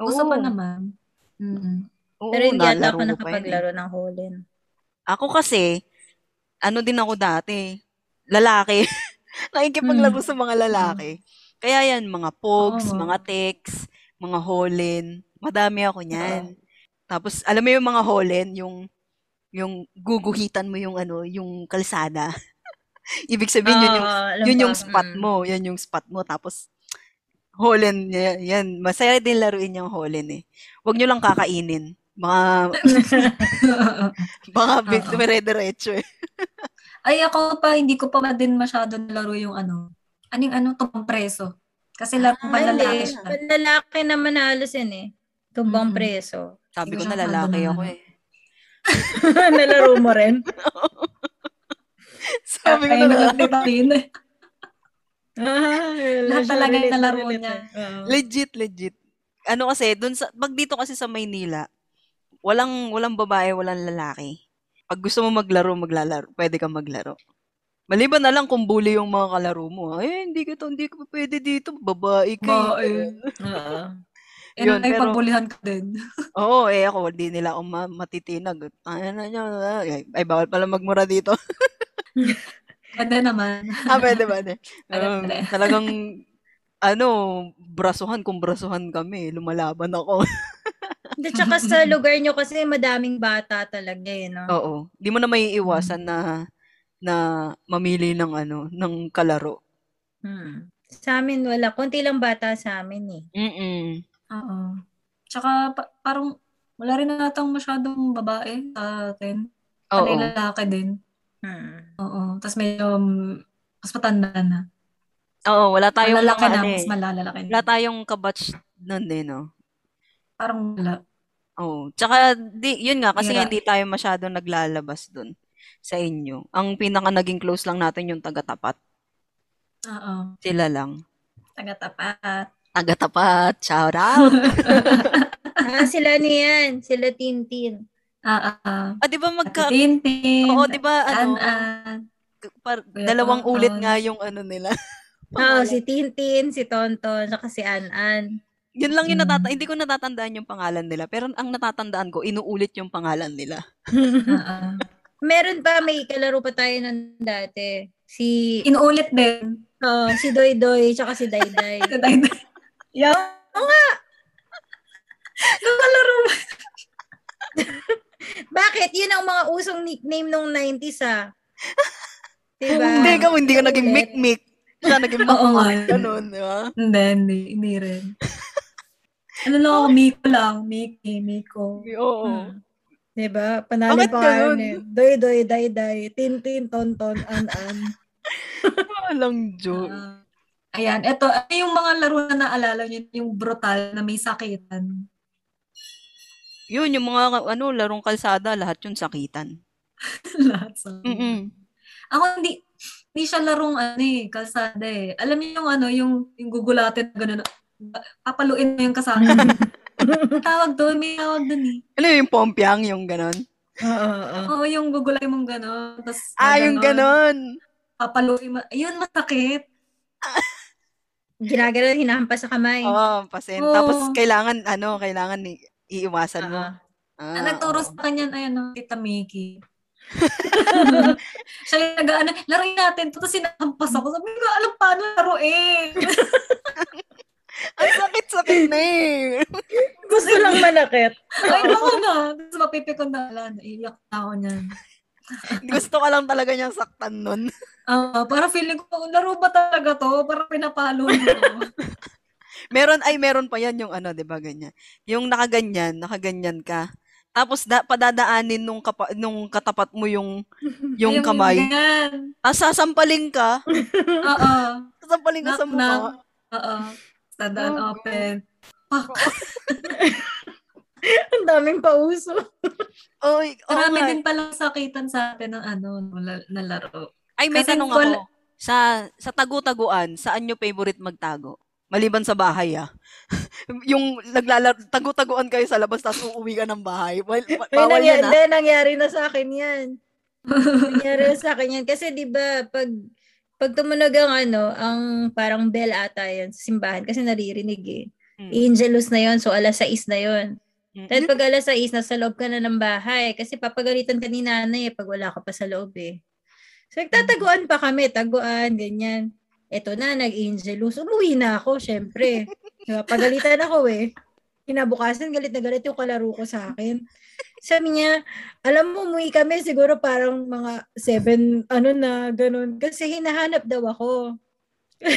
Speaker 2: Uso pa
Speaker 3: Oo.
Speaker 2: naman. Mm. Mm-mm.
Speaker 3: Oo,
Speaker 4: Pero hindi yata
Speaker 3: nalaro ko pa
Speaker 4: ako
Speaker 3: yun eh.
Speaker 4: nakapaglaro ng Holland.
Speaker 3: Ako kasi, ano din ako dati, lalaki. Nakikipaglaro
Speaker 4: Hmm.
Speaker 3: sa mga lalaki. Kaya yan, mga pogs,
Speaker 2: Oo.
Speaker 3: mga tex, mga holen. Madami ako niyan. Tapos, alam mo yung mga holen, yung, yung guguhitan mo yung ano, yung kalsada. Ibig sabihin, yun yung,
Speaker 4: Ah, alam
Speaker 3: yun
Speaker 4: ko.
Speaker 3: yung spot
Speaker 4: Mm.
Speaker 3: mo. Yan yung spot mo. Tapos, holen, yan, yan. Masaya din laruin yung holen eh. Huwag nyo lang kakainin. Mga, mga
Speaker 2: Oo.
Speaker 3: dire-diretso eh.
Speaker 2: Ay, ako pa, hindi ko pa din masyado nalaro yung ano. Anong ano, tumbang preso. Kasi laro
Speaker 3: Ah,
Speaker 2: panlalaki
Speaker 4: Hindi,
Speaker 2: siya.
Speaker 4: panlalaki naman halos yun eh. Tumbang
Speaker 2: Mm-mm.
Speaker 4: preso.
Speaker 3: Sabi ko
Speaker 2: Hindi ko
Speaker 3: na
Speaker 2: siya
Speaker 3: lalaki
Speaker 2: masyado
Speaker 3: ako
Speaker 2: na-
Speaker 3: eh.
Speaker 4: Nalaro mo rin?
Speaker 3: Sabi ko
Speaker 2: Ay,
Speaker 3: na lalaki.
Speaker 2: nalagay pa rin.
Speaker 4: Ah,
Speaker 2: Lahat talaga yung nalaro niya.
Speaker 4: eh.
Speaker 3: Legit, legit. Ano kasi, dun sa, pag dito kasi sa Maynila, walang, walang babae, walang lalaki. Pag gusto mo maglaro, maglalaro. Pwede kang maglaro. Maliban na lang kung bully yung mga kalaro mo. Eh, hindi ka to, hindi ka pa pwede dito. Babae ka.
Speaker 2: Babae.
Speaker 3: eh."
Speaker 4: Oo.
Speaker 2: Yan
Speaker 3: Yun,
Speaker 2: ay
Speaker 3: pero-
Speaker 2: pagbulihan ka din.
Speaker 3: Oo, eh ako, hindi nila ako ma- matitinag. Ay, ano, ano, ano. Ay, ay, bawal pala magmura dito.
Speaker 2: Pwede naman.
Speaker 3: ah, pwede, pwede.
Speaker 2: Pwede,
Speaker 3: Um,
Speaker 2: pwede.
Speaker 3: talagang, ano, brasuhan kung brasuhan kami. Lumalaban ako.
Speaker 4: Hindi, tsaka sa lugar nyo kasi madaming bata talaga eh, no?
Speaker 3: Oo. Di mo na may iwasan na na mamili ng ano, ng kalaro.
Speaker 4: Hmm. Sa amin wala. Konti lang bata sa amin eh.
Speaker 3: Mm-mm.
Speaker 2: Oo. Tsaka pa- parang wala rin natang masyadong babae sa atin.
Speaker 3: Oo.
Speaker 2: Panay lalaki din.
Speaker 4: Hmm.
Speaker 2: Oo. Tapos medyo um, mas matanda na.
Speaker 3: Oo, wala tayong
Speaker 2: Malalaki
Speaker 3: mga
Speaker 2: na,
Speaker 3: ano eh.
Speaker 2: mas malalalaki na.
Speaker 3: Wala tayong kabatch Noon din, no?
Speaker 2: Parang wala.
Speaker 3: Oo. Tsaka, di, yun nga, kasi
Speaker 2: Bira.
Speaker 3: hindi tayo masyado naglalabas dun sa inyo. Ang pinaka naging close lang natin yung taga-tapat.
Speaker 2: Oo.
Speaker 3: Sila lang.
Speaker 2: Taga-tapat.
Speaker 3: Taga-tapat, shout out!
Speaker 4: Ah, sila niyan. Sila Tintin.
Speaker 2: Ah, ah.
Speaker 3: ah, di ba magka...
Speaker 2: Ate Tintin.
Speaker 3: Oo, di ba, ano,
Speaker 2: An-an.
Speaker 3: par-
Speaker 2: Kuya
Speaker 3: dalawang
Speaker 2: Tonton.
Speaker 3: ulit nga yung ano nila.
Speaker 4: Oo, Oh, si Tintin, si Tonton, saka si An-An.
Speaker 3: Yun lang yung
Speaker 2: Mm.
Speaker 3: natatandaan. Hindi ko natatandaan yung pangalan nila. Pero ang natatandaan ko, inuulit yung pangalan nila. Mhm.
Speaker 2: Ah, ah.
Speaker 4: Meron pa, may kalaro pa tayo nun dati. Si,
Speaker 2: Inulit din.
Speaker 4: oh, si Doy Doy, tsaka si Dayday. Yo! Oo nga!
Speaker 2: Nakalaro mo.
Speaker 4: Bakit? Yun ang mga usong nickname nung 90s ah. Diba?
Speaker 2: Ah,
Speaker 3: Hindi ka, hindi ka naging
Speaker 4: ulit.
Speaker 3: mik-mik. Siya naging
Speaker 2: Oo nga.
Speaker 3: makmak. Ganun, di ba?
Speaker 2: Hindi, hindi. Hindi rin. Ano lang ako, Miko lang. Miki, Miko.
Speaker 3: Oo.
Speaker 4: Hmm. Diba? Panalo
Speaker 3: Bakit
Speaker 4: pa kayo
Speaker 3: ganun?
Speaker 4: eh. Doy, doy, day, day. Tin, tin, ton, ton, an, an.
Speaker 3: Walang joke.
Speaker 2: Ah, ayan, eto. Ano yung mga laro na naalala nyo? Yung brutal na may sakitan.
Speaker 3: Yun, yung mga ano, larong kalsada, lahat yun sakitan.
Speaker 2: Lahat sa...
Speaker 3: Mm-mm.
Speaker 2: Ako hindi, hindi siya larong ano eh, kalsada eh. Alam niyo yung ano, yung, yung gugulatin na gano'n. Papaluin mo yung kasama. Ang tawag doon, may tawag doon eh.
Speaker 3: Ano yung pompiang, yung ganon?
Speaker 4: Oo, oo.
Speaker 2: Oo, yung gugulay mong gano'n. Tapos,
Speaker 3: Ah, yung ganon.
Speaker 2: Papaluin mo. Ayun, masakit.
Speaker 4: Ginagano, hinahampas sa kamay.
Speaker 3: Oo, pasen.
Speaker 2: Oo.
Speaker 3: Tapos kailangan, ano, kailangan i- iiwasan mo.
Speaker 4: Ah.
Speaker 3: Ah,
Speaker 2: Ang nagturo
Speaker 3: oo.
Speaker 2: sa kanya, ayun, no, tita Mickey. Siya yung nag-ano, laruin natin. to." Tapos sinahampas ako. Sabi ko, alam paano laruin.
Speaker 3: Ang sakit-sakit na eh.
Speaker 4: Gusto lang manakit.
Speaker 2: Ay, ako na. Tapos mapipikon na ala. Iiyak na ako niyan.
Speaker 3: Gusto ka lang talaga niyang saktan nun.
Speaker 2: Ah, para feeling ko, laro ba talaga to? Para pinapalo mo.
Speaker 3: Meron, ay meron pa yan yung ano, di ba, ganyan. Yung nakaganyan, nakaganyan ka. Tapos da, padadaanin nung, kapa, nung katapat mo yung, yung
Speaker 2: Ayun,
Speaker 3: kamay.
Speaker 2: ganyan.
Speaker 3: Ah, sasampaling ka.
Speaker 2: Oo.
Speaker 3: Sasampaling ka sa
Speaker 2: Knock,
Speaker 3: mukha.
Speaker 2: knock. Oo. Sadan
Speaker 3: Oh,
Speaker 2: open.
Speaker 4: Ang daming pauso.
Speaker 3: Oy, oh
Speaker 2: Marami
Speaker 3: my.
Speaker 2: din pala sakitan sa atin ng ano, na- na laro.
Speaker 3: Ay, may
Speaker 2: Kasi
Speaker 3: tanong
Speaker 2: wala-
Speaker 3: ako. Sa, sa tagu-taguan, saan nyo favorite magtago? Maliban sa bahay, ah. yung naglalaro, tagu-taguan kayo sa labas tapos uuwi ka ng bahay. Well, ba-
Speaker 4: May
Speaker 3: bawal
Speaker 4: nangyari,
Speaker 3: yan, ah.
Speaker 4: hindi, nangyari na sa akin yan. nangyari na sa akin yan. Kasi di ba pag, pag tumunog ang ano, ang parang bell ata yan sa simbahan kasi naririnig eh.
Speaker 3: Mm.
Speaker 4: Angelus na yon so alas 6 na yon.
Speaker 3: Mm.
Speaker 4: Dahil pag alas 6, nasa loob ka na ng bahay. Kasi papagalitan ka ni nanay eh, pag wala ka pa sa loob eh. So, nagtataguan pa kami. Taguan, ganyan. Eto na, nag-angelus. Umuwi na ako, syempre. Diba? Pagalitan ako eh. Kinabukasan, galit na galit yung kalaro ko sa akin. Sabi niya, alam mo, umuwi kami siguro parang mga seven, ano na, ganun. Kasi hinahanap daw ako.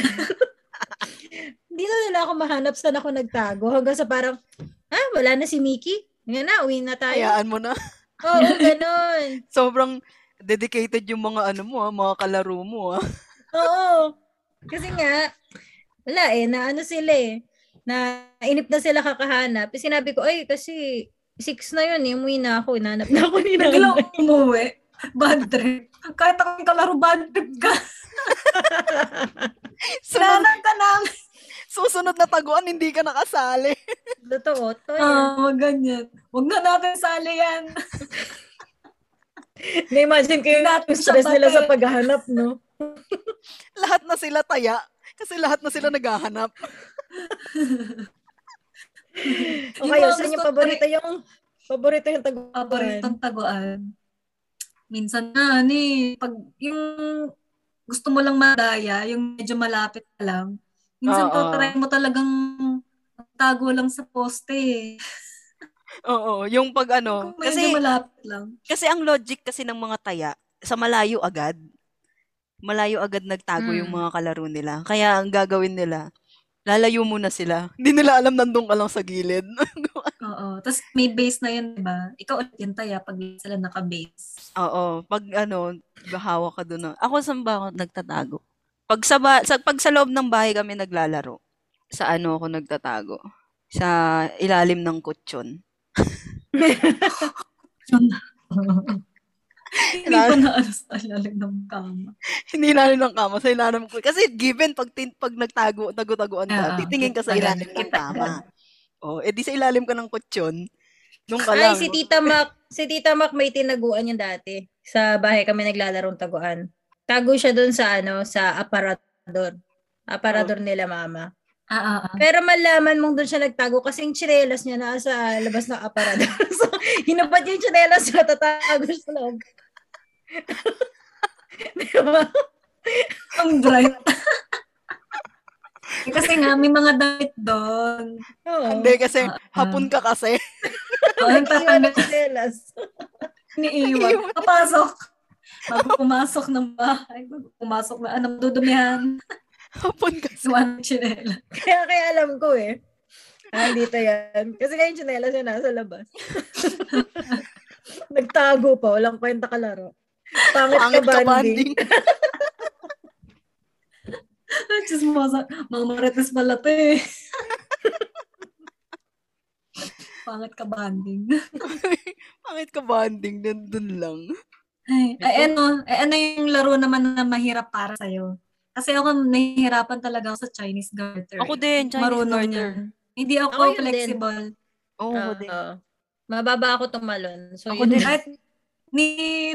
Speaker 4: Hindi na nila ako mahanap saan ako nagtago. Hanggang sa parang, ah, wala na si Mickey. Nga na, uwi na tayo.
Speaker 3: Hayaan mo na.
Speaker 4: Oo, ganun.
Speaker 3: Sobrang dedicated yung mga ano mo, ah, mga kalaro mo. Ah.
Speaker 4: Oo. Kasi nga, wala eh, na ano sila eh, na inip na sila kakahanap. Eh, Sinabi ko, ay, kasi six na yun, eh, umuwi na ako, inanap na ako ni
Speaker 2: Bigla
Speaker 4: nanay.
Speaker 2: akong umuwi. Bad trip. Kahit ako yung kalaro, bad trip ka.
Speaker 3: Sunod,
Speaker 2: Laran ka lang.
Speaker 3: susunod na taguan, hindi ka nakasali.
Speaker 4: Totoo, to yun.
Speaker 2: Oo, ganyan. Huwag na natin sali yan.
Speaker 4: Na-imagine ko yung
Speaker 2: Natin siya
Speaker 4: stress nila
Speaker 2: pati.
Speaker 4: sa paghahanap, no?
Speaker 3: lahat na sila taya. Kasi lahat na sila naghahanap.
Speaker 4: O
Speaker 2: Yung
Speaker 4: kayo,
Speaker 2: mga
Speaker 4: saan yung
Speaker 2: gusto-
Speaker 4: paborito yung paborito yung taguan?
Speaker 2: Paboritong taguan. Minsan na, ano eh, pag yung gusto mo lang madaya, yung medyo malapit ka lang, minsan
Speaker 3: Oo.
Speaker 2: tatry mo talagang tago lang sa poste eh.
Speaker 3: Oo, yung pag ano.
Speaker 2: Kung medyo
Speaker 3: Kasi,
Speaker 2: malapit lang.
Speaker 3: kasi ang logic kasi ng mga taya, sa malayo agad. Malayo agad nagtago
Speaker 4: Mm.
Speaker 3: yung mga kalaro nila. Kaya ang gagawin nila, lalayo muna sila. Hindi nila alam nandun ka lang sa gilid.
Speaker 2: Oo. Tapos may base na yun, di ba? Ikaw ulit yung taya pag sila naka-base.
Speaker 3: Oo, pag ano, bahawa ka doon. Ako saan ba ako nagtatago? Pag sa, ba- sa, pag sa loob ng bahay kami naglalaro, sa ano ako nagtatago? sa ilalim ng kutsyon.
Speaker 2: Hindi ko na alas alalim ng kama.
Speaker 3: Hindi ilalim ng kama, sa ilalim ng kutsyon. Kasi given, pag, tin- pag nagtago, tago-tagoan ka,
Speaker 2: Oo.
Speaker 3: titingin ka sa ilalim ng
Speaker 2: Kita.
Speaker 3: kama. Oh, edi sa ilalim ka ng kutsyon, nung ka
Speaker 4: Ay,
Speaker 3: lang.
Speaker 4: si Tita Mac, si Tita Mac may tinaguan niya dati. Sa bahay kami naglalarong taguan. Tago siya doon sa ano, sa aparador. Aparador nila mama.
Speaker 2: Ah, ah, ah.
Speaker 4: Pero malaman mong doon siya nagtago kasi yung tsinelas niya nasa labas ng aparador. so, hinabad niya yung tsinelas niya, tatago siya sa loob. diba?
Speaker 2: Ang bright. Eh, kasi nga, may mga damit doon.
Speaker 4: Oo.
Speaker 3: Hindi, kasi
Speaker 2: Oo.
Speaker 3: hapon ka kasi.
Speaker 2: Oh, ang
Speaker 4: Iwan
Speaker 2: tatanda
Speaker 4: ng tsinelas.
Speaker 2: iniiwan. Papasok. Bago pumasok ng bahay, bago pumasok na, ano, dudumihan.
Speaker 3: hapon kasi.
Speaker 2: Suwan ng chinela.
Speaker 4: Kaya, kaya alam ko eh. Ah, dito yan. Kasi nga yung tsinelas niya nasa labas. Nagtago pa. Walang kwenta kalaro. Pangit ka,
Speaker 3: Pangit ka
Speaker 4: banding.
Speaker 3: banding.
Speaker 2: Chismosa. Mga marites pala to eh. Pangat ka banding.
Speaker 3: Pangit ka banding, nandun lang.
Speaker 2: Ay, ay, ano, ay, ano yung laro naman na mahirap para sa'yo? Kasi ako nahihirapan talaga ako sa Chinese garter. eh.
Speaker 3: Ako din, Chinese
Speaker 2: Marunong
Speaker 3: garter.
Speaker 2: yan. Hindi ako,
Speaker 4: Ako yun din.
Speaker 2: flexible.
Speaker 3: Oo, ako din.
Speaker 4: Oo. mababa ako tumalon. So,
Speaker 3: Ako
Speaker 4: yun.
Speaker 3: din.
Speaker 2: Kahit ni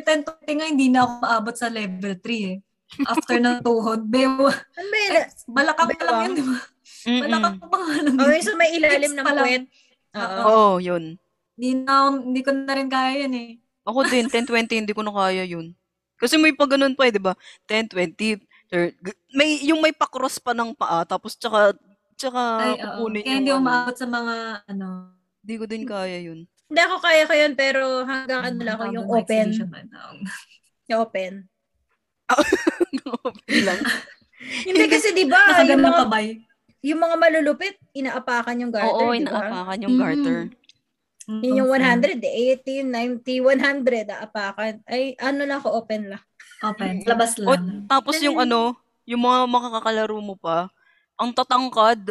Speaker 2: 10-20 nga, hindi na ako maabot sa level 3 eh. After ng tuhod, bewa.
Speaker 4: Ang bela.
Speaker 2: Eh, balakang pa lang yun, di ba? Balakang pa nga lang.
Speaker 4: Oh, yung sa may ilalim
Speaker 2: Hips
Speaker 4: ng
Speaker 2: ano pa lang.
Speaker 4: puwet.
Speaker 2: Oo.
Speaker 4: Oo.
Speaker 3: Oo, yun.
Speaker 2: Hindi na ako, hindi ko na rin kaya yun eh.
Speaker 3: Ako din, 10-20, hindi ko na kaya yun. Kasi may pa ganun pa eh, di ba? 10-20, thir- g- may, yung may pakross pa ng paa, tapos tsaka, tsaka
Speaker 2: Ay, oo.
Speaker 3: Ah, kukunin
Speaker 2: Kaya hindi ako
Speaker 3: ano.
Speaker 2: maabot sa mga, ano,
Speaker 3: Hindi ko din kaya yun.
Speaker 4: Hindi ako kaya ko yun, pero hanggang ano lang ako, yung
Speaker 2: mga
Speaker 4: open. Ah,
Speaker 2: exhibition man. Oo.
Speaker 4: Yung open.
Speaker 3: Bilang.
Speaker 4: Hindi kasi, di ba, yung
Speaker 2: Nakaganda
Speaker 4: mga,
Speaker 2: pa ba eh?
Speaker 4: yung mga malulupit, inaapakan yung garter,
Speaker 3: Oo,
Speaker 4: di ba?
Speaker 3: inaapakan yung
Speaker 2: Mm.
Speaker 3: garter.
Speaker 4: Yun yung eh.
Speaker 2: Mm,
Speaker 4: 100, 80, 90, 100, aapakan. Ay, ano lang ako, open lang.
Speaker 2: Open. Labas
Speaker 3: O,
Speaker 2: lang.
Speaker 3: tapos yung ano, yung mga makakakalaro mo pa, ang tatangkad.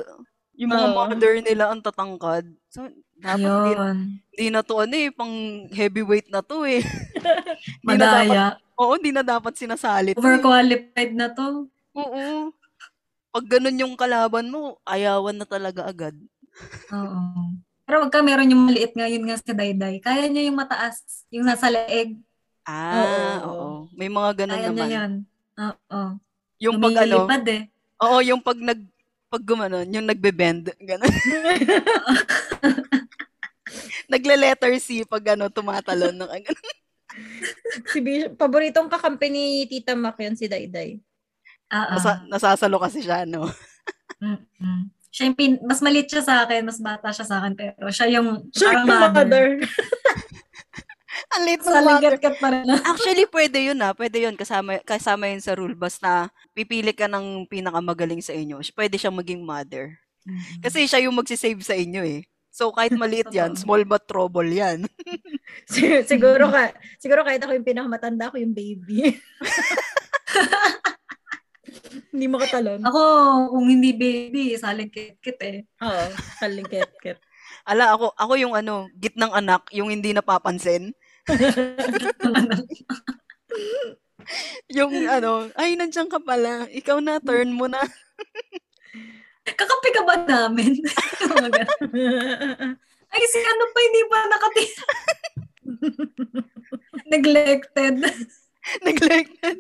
Speaker 3: Yung mga
Speaker 4: Oo.
Speaker 3: mother nila ang tatangkad. So, dapat din
Speaker 2: Yun.
Speaker 3: di na to ano eh, pang heavyweight na to eh. di na dapat,
Speaker 2: Madaya.
Speaker 3: oo, di na dapat sinasali to eh.
Speaker 2: Overqualified na to.
Speaker 3: Oo. Pag ganun yung kalaban mo, ayawan na talaga agad.
Speaker 2: Oo. Pero wag ka meron yung maliit ngayon nga si Dayday. Kaya niya yung mataas, yung nasa leeg.
Speaker 3: Ah,
Speaker 4: Oo.
Speaker 3: oo. May mga ganun
Speaker 2: Kaya
Speaker 3: naman.
Speaker 2: niya yan. Oo.
Speaker 3: Yung pag ano,
Speaker 2: Lumilipad eh.
Speaker 3: oo, yung pag nag pag gumanon, yung nagbe-bend, ganun. Nagle-letter C pag ano, tumatalon ng ganun.
Speaker 4: Si Bishop, paboritong kakampi ni Tita Mac yun, si Dayday.
Speaker 2: Oo.
Speaker 3: Nasa, nasasalo kasi siya, no?
Speaker 2: Mm-mm. Hmm. Siya yung pin- mas maliit siya sa akin, mas bata siya sa akin, pero siya yung
Speaker 4: Sure,
Speaker 2: parang
Speaker 4: mother.
Speaker 3: Ang late
Speaker 2: Sa
Speaker 3: ng mother.
Speaker 2: ligat ka pa rin.
Speaker 3: Actually, pwede yun ah. Pwede yun. Kasama, kasama yun sa rule. Basta pipili ka ng pinakamagaling sa inyo. Pwede siyang maging mother. Kasi siya yung magsisave sa inyo eh. So, kahit maliit yan,
Speaker 2: Totoo.
Speaker 3: small but trouble yan.
Speaker 4: Sig- siguro ka, siguro kahit ako yung pinakamatanda ako yung baby. Hindi makatalon.
Speaker 2: ako, kung hindi baby, saling kit-kit eh.
Speaker 4: Oo, kalingkit-kit.
Speaker 3: Ala, ako, ako yung ano, gitnang anak, yung hindi napapansin. Yung ano, ay, nandiyan ka pala. Ikaw na, turn mo na.
Speaker 2: Kakapi ka ba namin? Mga ganun. Ay, si ano pa, hindi pa nakatira. Neglected.
Speaker 3: Neglected.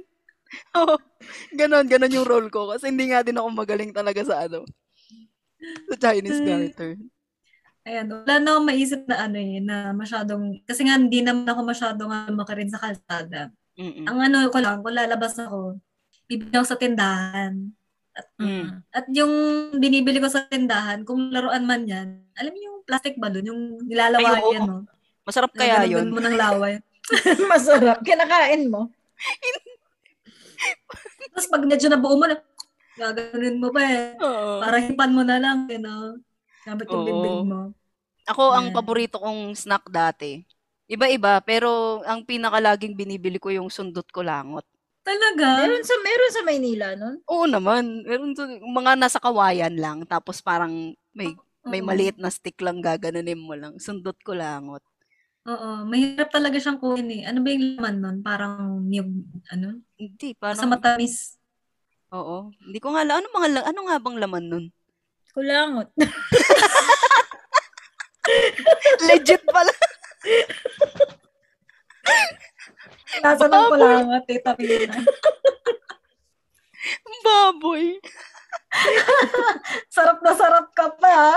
Speaker 3: Oo. ganon, ganon yung role ko. Kasi hindi nga din ako magaling talaga sa ano. Sa Chinese garter.
Speaker 2: Ayan, wala na akong maisip na ano eh, na masyadong, kasi nga hindi naman ako masyadong uh, makarin sa kalsada.
Speaker 3: Mm-mm.
Speaker 2: Ang ano ko lang, kung lalabas ako, bibili ako sa tindahan. At,
Speaker 3: Mm.
Speaker 2: at yung binibili ko sa tindahan, kung laruan man yan, alam niyo yung plastic balloon, yung nilalawayan
Speaker 3: Ay, oo.
Speaker 2: mo.
Speaker 3: Masarap kaya
Speaker 2: Gagalagan
Speaker 3: yun.
Speaker 2: mo ng laway.
Speaker 4: Masarap. Kinakain mo.
Speaker 2: Tapos pag medyo nabuo mo na, gaganin mo pa eh.
Speaker 3: Oo.
Speaker 2: Para hipan mo na lang, you know. Dapat yung
Speaker 3: Oo.
Speaker 2: bibig mo.
Speaker 3: Ako, ang
Speaker 2: Ayan.
Speaker 3: paborito kong snack dati. Iba-iba, pero ang pinakalaging binibili ko yung sundot ko langot.
Speaker 2: Talaga?
Speaker 4: Meron sa meron sa Maynila nun.
Speaker 3: Oo naman. Meron dun- mga nasa kawayan lang, tapos parang may May
Speaker 2: Oo.
Speaker 3: maliit na stick lang gaganunin mo lang. Sundot ko langot.
Speaker 2: Oo, mahirap talaga siyang kunin eh. Ano ba yung laman nun? Parang niyog, ano?
Speaker 3: Hindi,
Speaker 2: Sa
Speaker 3: parang...
Speaker 2: matamis.
Speaker 3: Oo. Hindi ko nga alam. Ano, mga, la- ano nga bang laman nun?
Speaker 4: Kulangot.
Speaker 3: Legit pala.
Speaker 2: Lasa ng kulangot eh, tabi na.
Speaker 3: Baboy.
Speaker 2: Sarap na sarap ka pa.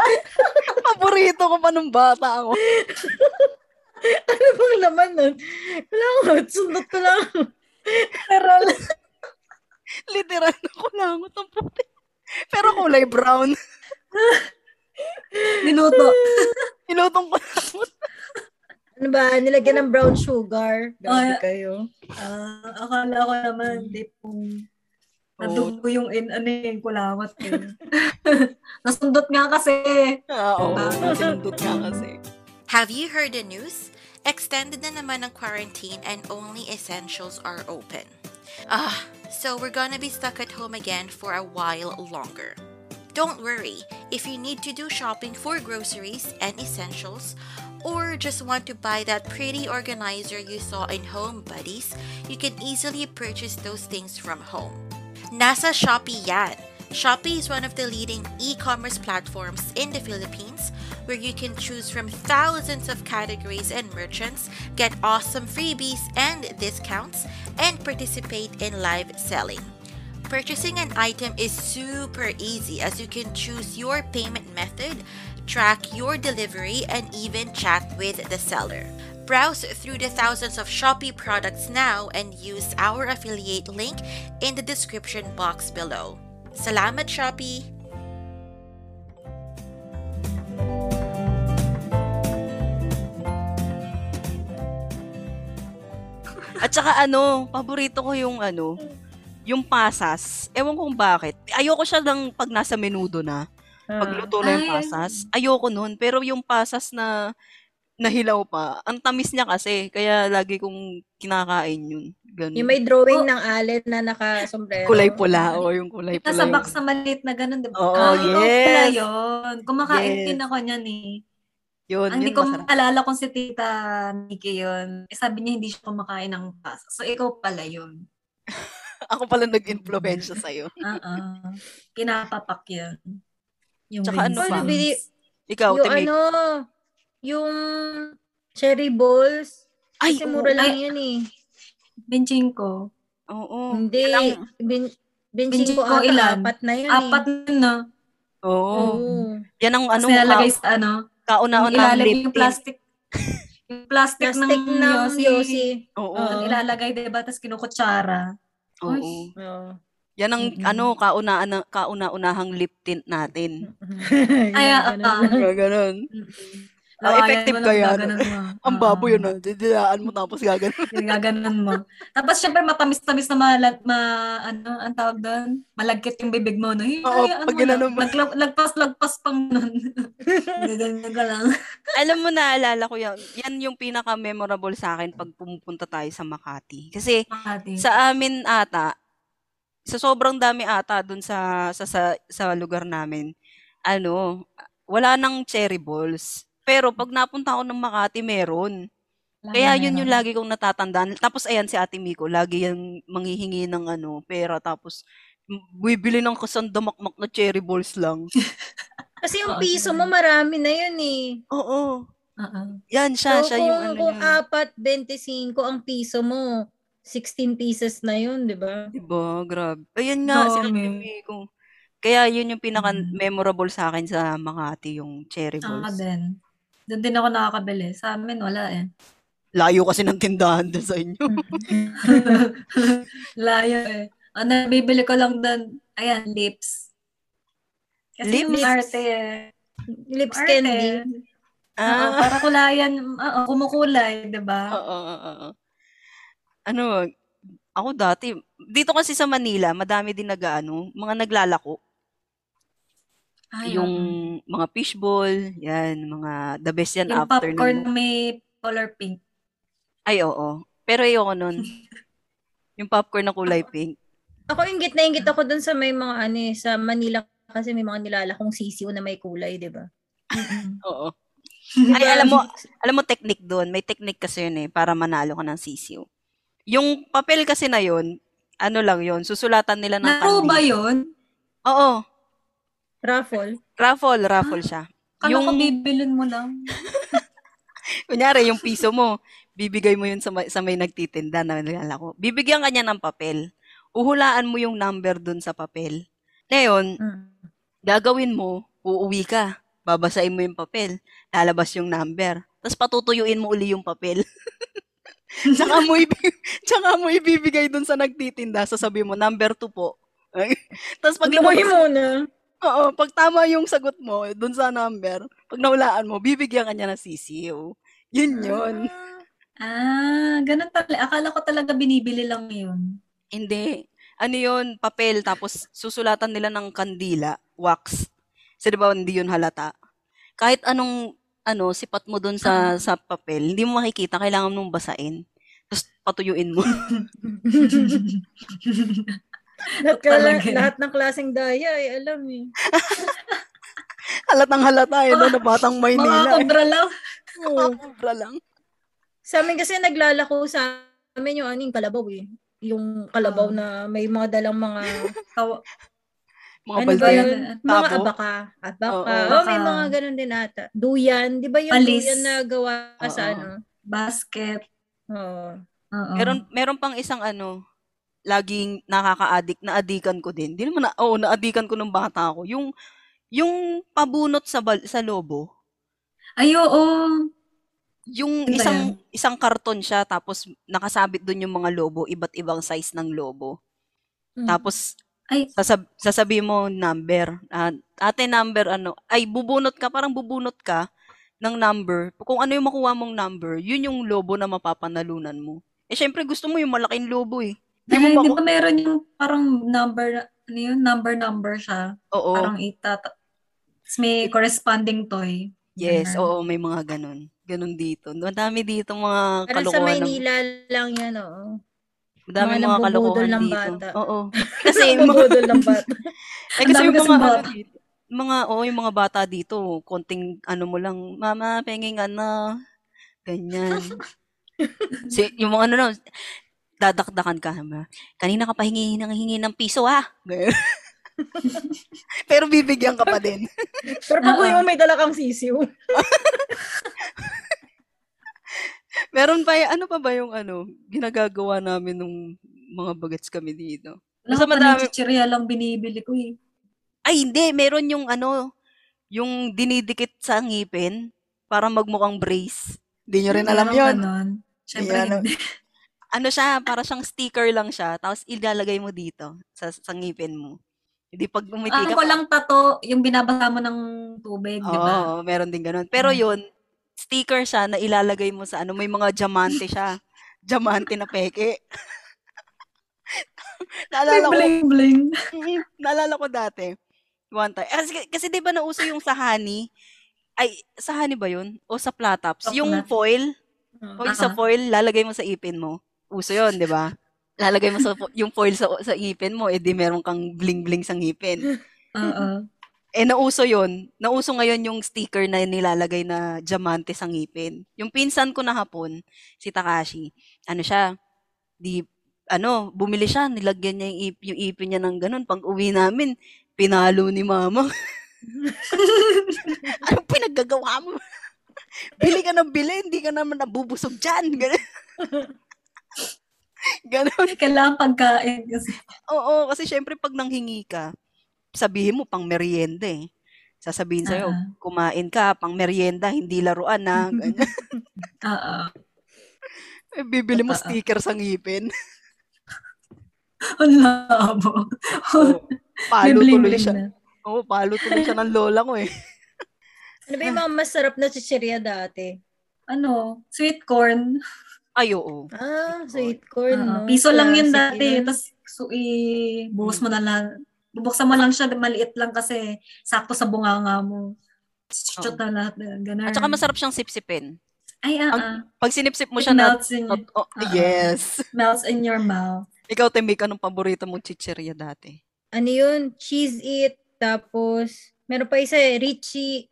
Speaker 3: Paborito ko pa nung bata ako.
Speaker 4: ano bang laman nun? Kulangot. Sundot ko lang.
Speaker 2: Pero
Speaker 3: Literal na kulangot ang puti. Pero kulay brown.
Speaker 2: niluto.
Speaker 3: Pinutong kulangot.
Speaker 4: Ano ba? Nilagyan ng brown sugar. Grabe
Speaker 2: Ay.
Speaker 4: kayo.
Speaker 2: Ah, akala ko naman, di pong nadugo yung in, ano yung kulawat eh. Nasundot nga kasi.
Speaker 3: Ah, Oo. Sinundot nga kasi.
Speaker 5: Have you heard the news? Extended na naman ang quarantine and only essentials are open. Ah, so we're gonna be stuck at home again for a while longer. Don't worry, if you need to do shopping for groceries and essentials, or just want to buy that pretty organizer you saw in Home Buddies, you can easily purchase those things from home. Nasa Shopee yan. Shopee is one of the leading e-commerce platforms in the Philippines where you can choose from thousands of categories and merchants, get awesome freebies and discounts, and participate in live selling. Purchasing an item is super easy as you can choose your payment method, track your delivery, and even chat with the seller. Browse through the thousands of Shopee products now and use our affiliate link in the description box below. Salamat Shopee!
Speaker 3: At saka ano, paborito ko yung ano, yung pasas. Ewan kong bakit. Ayoko siya lang pag nasa menudo na.
Speaker 2: ah.
Speaker 3: Pagluto na yung
Speaker 2: Ay.
Speaker 3: pasas. Ayoko nun. Pero yung pasas na nahilaw pa, ang tamis niya kasi. Kaya lagi kong kinakain yun. Ganun.
Speaker 4: Yung may drawing ng Allen na naka-sombrero.
Speaker 3: kulay pula. O, yung kulay pula.
Speaker 2: Nasa
Speaker 3: yun.
Speaker 2: box na maliit na ganun, di ba?
Speaker 3: Oo,
Speaker 2: Ah, ikaw
Speaker 3: yes.
Speaker 2: pala yun. Kumakain
Speaker 3: Yes.
Speaker 2: din ako niyan eh.
Speaker 3: Yun,
Speaker 2: Ang hindi
Speaker 3: yun
Speaker 2: ko
Speaker 3: masarap.
Speaker 2: maalala kung si Tita Nikki yun. Eh, sabi niya hindi siya kumakain ng pasa. So, ikaw pala yun.
Speaker 3: Ako pala nag-influensya sa'yo.
Speaker 2: Oo. Pinapapak yun. Yung
Speaker 3: Tsaka ano
Speaker 2: wings.
Speaker 3: pa?
Speaker 4: Ano, bili-
Speaker 3: Ikaw,
Speaker 4: yung
Speaker 3: Timmy.
Speaker 4: ano, yung cherry balls.
Speaker 3: Ay,
Speaker 4: Kasi
Speaker 3: oo.
Speaker 4: mura lang
Speaker 2: Ay,
Speaker 4: yan eh.
Speaker 2: Benching ko.
Speaker 3: Oo.
Speaker 4: Hindi.
Speaker 3: Kailangan-
Speaker 4: Bin, binching
Speaker 2: Benching
Speaker 4: ko
Speaker 2: ko
Speaker 4: ata,
Speaker 2: ilan?
Speaker 4: apat na
Speaker 3: Ano
Speaker 4: yun
Speaker 2: Apat
Speaker 4: eh.
Speaker 2: na, no?
Speaker 3: Oo.
Speaker 4: Oo.
Speaker 3: Yan ang
Speaker 2: Tapos
Speaker 3: ano,
Speaker 2: nilalagay
Speaker 3: ka-
Speaker 2: sa ano? Yung
Speaker 3: kauna-una
Speaker 2: ilalim yung
Speaker 3: lip tint.
Speaker 2: plastic. Yung plastic,
Speaker 4: Plastic
Speaker 2: ng,
Speaker 4: ng
Speaker 2: yosi.
Speaker 4: yosi.
Speaker 3: Oo.
Speaker 4: Oo.
Speaker 2: Ang Ilalagay, diba? Tapos kinukutsara.
Speaker 3: Oo.
Speaker 4: Oo.
Speaker 3: Yan ang ano, kauna kauna-unahang lip tint natin.
Speaker 2: Ay,
Speaker 4: Ganun,
Speaker 2: ah, ah.
Speaker 4: ganun lang.
Speaker 3: Mga ganun. Ah,
Speaker 2: Lawayan
Speaker 3: effective
Speaker 2: mo
Speaker 3: ka
Speaker 2: lang,
Speaker 3: yan.
Speaker 2: gaganon mo.
Speaker 3: Ang
Speaker 2: Oo.
Speaker 3: baboy yun, ah. didilaan mo tapos gaganon.
Speaker 2: Yung Gaganon mo. Tapos, syempre, matamis-tamis na malag, ma, ano, ang tawag doon? Malagkit yung bibig mo, no? Hey,
Speaker 3: Oo,
Speaker 2: hayaan mo
Speaker 3: pag
Speaker 2: lang.
Speaker 3: ginanon mo.
Speaker 2: Lagla- lagpas-lagpas pang nun. Gaganon ka lang.
Speaker 3: Alam mo, naalala ko yan. Yan yung pinaka-memorable sa akin pag pumupunta tayo sa Makati. Kasi
Speaker 2: Makati.
Speaker 3: sa amin ata, sa sobrang dami ata dun sa, sa, sa, sa lugar namin, ano, wala nang cherry balls. Pero pag napunta ako ng Makati, meron.
Speaker 2: Wala
Speaker 3: Kaya
Speaker 2: na
Speaker 3: yun
Speaker 2: meron.
Speaker 3: yung lagi kong natatandaan. Tapos ayan si Ate Miko, lagi yung manghihingi ng ano, pera tapos m- bibili ng kasandamakmak na cherry balls lang.
Speaker 4: Kasi yung
Speaker 2: Oo,
Speaker 4: piso
Speaker 2: ganun.
Speaker 4: mo marami na yun eh.
Speaker 3: Oo.
Speaker 2: Oo.
Speaker 3: Yan siya,
Speaker 4: so,
Speaker 3: siya
Speaker 4: kung,
Speaker 3: yung ano
Speaker 4: kung
Speaker 3: yun.
Speaker 4: apat, 25 ang piso mo, 16 pieces na yun, di ba?
Speaker 3: Diba? Grabe. Ayun nga, si Ate
Speaker 2: Dami.
Speaker 3: Miko. Kaya yun yung
Speaker 2: Mm.
Speaker 3: pinaka-memorable sa akin sa Makati, yung cherry
Speaker 2: Ako
Speaker 3: balls.
Speaker 2: din. Doon din ako nakakabili. Sa amin, wala eh.
Speaker 3: Layo kasi ng tindahan doon sa inyo.
Speaker 2: Layo eh. Ang nabibili ko lang doon, ayan, lips. Kasi yung
Speaker 3: Lips?
Speaker 2: arte eh.
Speaker 4: Lips
Speaker 2: Arte.
Speaker 4: candy.
Speaker 2: Oo,
Speaker 3: Ah,
Speaker 2: para kulayan, oo, kumukulay, di ba?
Speaker 3: oo, oo, oo. Ano, ako dati, dito kasi sa Manila, madami din nag-ano, mga naglalako.
Speaker 2: Ay,
Speaker 3: Ah, yung
Speaker 2: oo.
Speaker 3: mga fishball, yan, mga the best yan
Speaker 2: yung
Speaker 3: after
Speaker 2: popcorn
Speaker 3: ng...
Speaker 2: may color pink.
Speaker 3: Ay, oo. Pero ayoko nun. yung popcorn na kulay pink.
Speaker 4: Ako ingit na ingit ako dun sa may mga ano eh, sa Manila kasi may mga nilalakong sisiw na may kulay, di ba?
Speaker 3: Oo.
Speaker 2: Di
Speaker 3: Ay, alam mo, alam mo technique doon. May technique kasi yun eh, para manalo ka ng sisiyo. Yung papel kasi na yun, ano lang yun, susulatan nila ng
Speaker 2: Laro ba
Speaker 3: tandi.
Speaker 2: yun?
Speaker 3: Oo,
Speaker 4: Raffle.
Speaker 3: raffle, raffle siya.
Speaker 2: Ah, Kala
Speaker 3: Yung-
Speaker 2: ko bibilin mo lang.
Speaker 3: Kunyari, yung piso mo, bibigay mo yun sa may, sa may nagtitinda na nilalako. Bibigyan ka niya ng papel. Uhulaan mo yung number doon sa papel. Ngayon,
Speaker 4: Mm.
Speaker 3: gagawin mo, uuwi ka, babasahin mo yung papel, lalabas yung number, tapos patutuyuin mo uli yung papel. tsaka, mo ibi- tsaka mo ibibigay dun sa nagtitinda, sasabi mo, number 2 po. tapos pag
Speaker 4: Paglamoy
Speaker 3: lumabas,
Speaker 4: mo na.
Speaker 3: oo, pag tama yung sagot mo dun sa number, pag naulaan mo, bibigyan ka niya ng sisiyo. Yun yun.
Speaker 2: Ah, ganun talaga. Akala ko talaga binibili lang yun.
Speaker 3: Hindi. Ano yun, papel, tapos susulatan nila ng kandila, wax. Kasi di ba, hindi yun halata. Kahit anong, ano, sipat mo dun
Speaker 4: Ah.
Speaker 3: sa, sa papel, hindi mo makikita, kailangan mong basain. Tapos patuyuin mo.
Speaker 4: Lahat, ka lang,
Speaker 2: Talaga.
Speaker 4: lahat ng klaseng daya ay alam eh.
Speaker 3: Halatang halata, yun,
Speaker 2: Ah,
Speaker 3: ano, batang
Speaker 2: Mga
Speaker 3: Maynila. eh.
Speaker 2: kobra lang.
Speaker 3: Mga kobra lang.
Speaker 4: Sa amin kasi naglalako sa amin yung ano yung kalabaw eh. Yung
Speaker 2: Ah.
Speaker 4: kalabaw na may mga dalang mga
Speaker 2: Taw-
Speaker 3: Mga
Speaker 4: Ano ba
Speaker 3: balde.
Speaker 4: yun? mga
Speaker 3: Tabo.
Speaker 4: abaka. Abaka.
Speaker 3: Oo,
Speaker 4: Oh, may
Speaker 2: abaka.
Speaker 4: mga ganun din ata. Duyan. Di ba yung
Speaker 2: Palis.
Speaker 4: duyan na gawa sa
Speaker 3: Oo.
Speaker 4: ano?
Speaker 2: Basket.
Speaker 4: Oo.
Speaker 2: Oo.
Speaker 3: Meron, meron pang isang, ano, laging nakaka-addict, naadikan ko din. Di naman, na, oo, naadikan ko nung bata ko. Yung, yung pabunot sa, bal, sa lobo,
Speaker 2: Ay, oo.
Speaker 3: Yung
Speaker 2: Ano ba
Speaker 3: isang isang karton siya tapos nakasabit doon yung mga lobo, iba't ibang size ng lobo.
Speaker 4: Mm.
Speaker 3: Tapos
Speaker 2: Ay.
Speaker 3: sasab sasabi mo number. Ah, ate number ano? Ay bubunot ka, parang bubunot ka ng number. Kung ano yung makuha mong number, yun yung lobo na mapapanalunan mo. Eh syempre gusto mo yung malaking lobo eh. Di mo
Speaker 2: Ay,
Speaker 3: ba-
Speaker 2: di ba meron yung parang number, ano yun? Number number siya.
Speaker 3: Oo.
Speaker 2: Parang itata. Tapos may corresponding toy.
Speaker 3: yes,
Speaker 2: ganun.
Speaker 3: oo, may mga ganun. Ganun dito. Ang dami dito mga
Speaker 4: Parang sa
Speaker 3: kalokohan. ng-
Speaker 4: Maynila lang yan, oo.
Speaker 3: Ang dami
Speaker 4: mga
Speaker 3: mga
Speaker 4: nambubudol
Speaker 3: kalokohan
Speaker 4: ng
Speaker 3: dito.
Speaker 4: bata.
Speaker 3: Oo. Kasi yung mga
Speaker 4: Mabudol ng bata.
Speaker 3: Eh,
Speaker 2: Ang
Speaker 3: kasi
Speaker 2: dami
Speaker 3: yung
Speaker 2: kasing
Speaker 3: mga, ano
Speaker 2: bata.
Speaker 3: dito, mga, oo, yung mga bata dito, konting, ano mo lang, mama, pengingan na, ganyan. si, yung mga, ano, no, dadakdakan ka, ma. Kanina ka pa hingi ng hingi ng piso, ha? Ganyan. Pero bibigyan ka pa din.
Speaker 4: Pero pag uwi mo, may dala kang sisiw.
Speaker 3: Meron pa, y- ano pa ba yung, ano, ginagagawa namin nung mga bagets kami dito?
Speaker 2: Alam
Speaker 3: Basta
Speaker 2: ko,
Speaker 3: madami-
Speaker 2: madami. chichirya lang binibili ko eh.
Speaker 3: Ay, hindi, meron yung, ano, yung dinidikit sa ngipin para magmukhang brace. Hindi nyo rin alam
Speaker 2: Parang
Speaker 3: yun.
Speaker 2: ganun. Siyempre,
Speaker 3: Hindi alam.
Speaker 2: hindi.
Speaker 3: ano siya, para siyang sticker lang siya, tapos ilalagay mo dito sa, sa ngipin mo. Hindi pag umiti
Speaker 2: Alam
Speaker 3: ka.
Speaker 2: ko lang tato, yung binabasa mo ng tubig, Ah, di ba?
Speaker 3: Oo, meron din ganun. Pero
Speaker 2: Mm.
Speaker 3: yun, sticker siya na ilalagay mo sa ano, may mga diamante siya. diamante na peke. naalala ko,
Speaker 2: Bling, bling, bling.
Speaker 3: Mm, naalala ko dati. One time. Eh, Kasi, kasi di ba nauso yung sa honey? Ay, sa honey ba yun? O sa platops?
Speaker 2: Sa
Speaker 3: Yung
Speaker 2: platops.
Speaker 3: foil?
Speaker 4: Oo.
Speaker 3: O yung sa
Speaker 2: Ah.
Speaker 3: foil, lalagay mo sa ipin mo. Uso yun, di ba? Lalagay mo sa fo- yung foil sa, sa ipin mo, edi meron kang bling-bling sa ngipin.
Speaker 2: Oo.
Speaker 3: Eh, nauso yun. Nauso ngayon yung sticker na nilalagay na diamante sa ngipin. Yung pinsan ko na hapon, si Takashi, ano siya, di, ano, bumili siya, nilagyan niya yung, ip- yung ipin niya ng ganun. Pag uwi namin, pinalo ni mama. Anong pinaggagawa mo? bili ka ng bili, hindi ka naman nabubusog dyan. Ganun. ganun.
Speaker 2: Kailangan pagkain kasi.
Speaker 3: Oo, kasi syempre pag nanghingi ka, sabihin mo pang merienda eh. Sasabihin sa'yo,
Speaker 2: Ah.
Speaker 3: kumain ka, pang merienda, hindi laruan na.
Speaker 2: Oo.
Speaker 3: Bibili mo
Speaker 2: Totoo.
Speaker 3: sticker sa ngipin.
Speaker 2: Ang labo.
Speaker 3: Oo,
Speaker 2: May
Speaker 3: palo
Speaker 2: bling,
Speaker 3: tuloy
Speaker 2: bling
Speaker 3: siya.
Speaker 2: na.
Speaker 3: Oo, palo tuloy siya ng lola ko eh.
Speaker 4: Ano ba yung mga masarap na chichirya dati?
Speaker 2: Ano? Sweet corn.
Speaker 3: Ay, oo.
Speaker 4: Ah,
Speaker 3: Sweet
Speaker 4: sweet corn,
Speaker 2: Oo.
Speaker 4: no?
Speaker 2: Piso lang yun
Speaker 4: Classic
Speaker 2: dati.
Speaker 4: yun.
Speaker 2: Tapos, so, i- buhos mo na lang. Bubuksan mo lang siya, maliit lang kasi sakto sa bunganga mo. Shoot na lahat. Ganun.
Speaker 3: At saka
Speaker 4: Mm.
Speaker 3: masarap siyang sipsipin.
Speaker 2: Ay, ah,
Speaker 3: ang-
Speaker 2: ah.
Speaker 3: Pag sinipsip mo
Speaker 2: It
Speaker 3: siya na...
Speaker 2: melts in,
Speaker 3: not- oh,
Speaker 2: Oo.
Speaker 4: Ah.
Speaker 3: yes.
Speaker 2: melts in your mouth.
Speaker 3: Ikaw, Temik, anong paborito mong chichirya dati?
Speaker 4: Ano yun? Cheese it. Tapos, meron pa isa eh, Richie.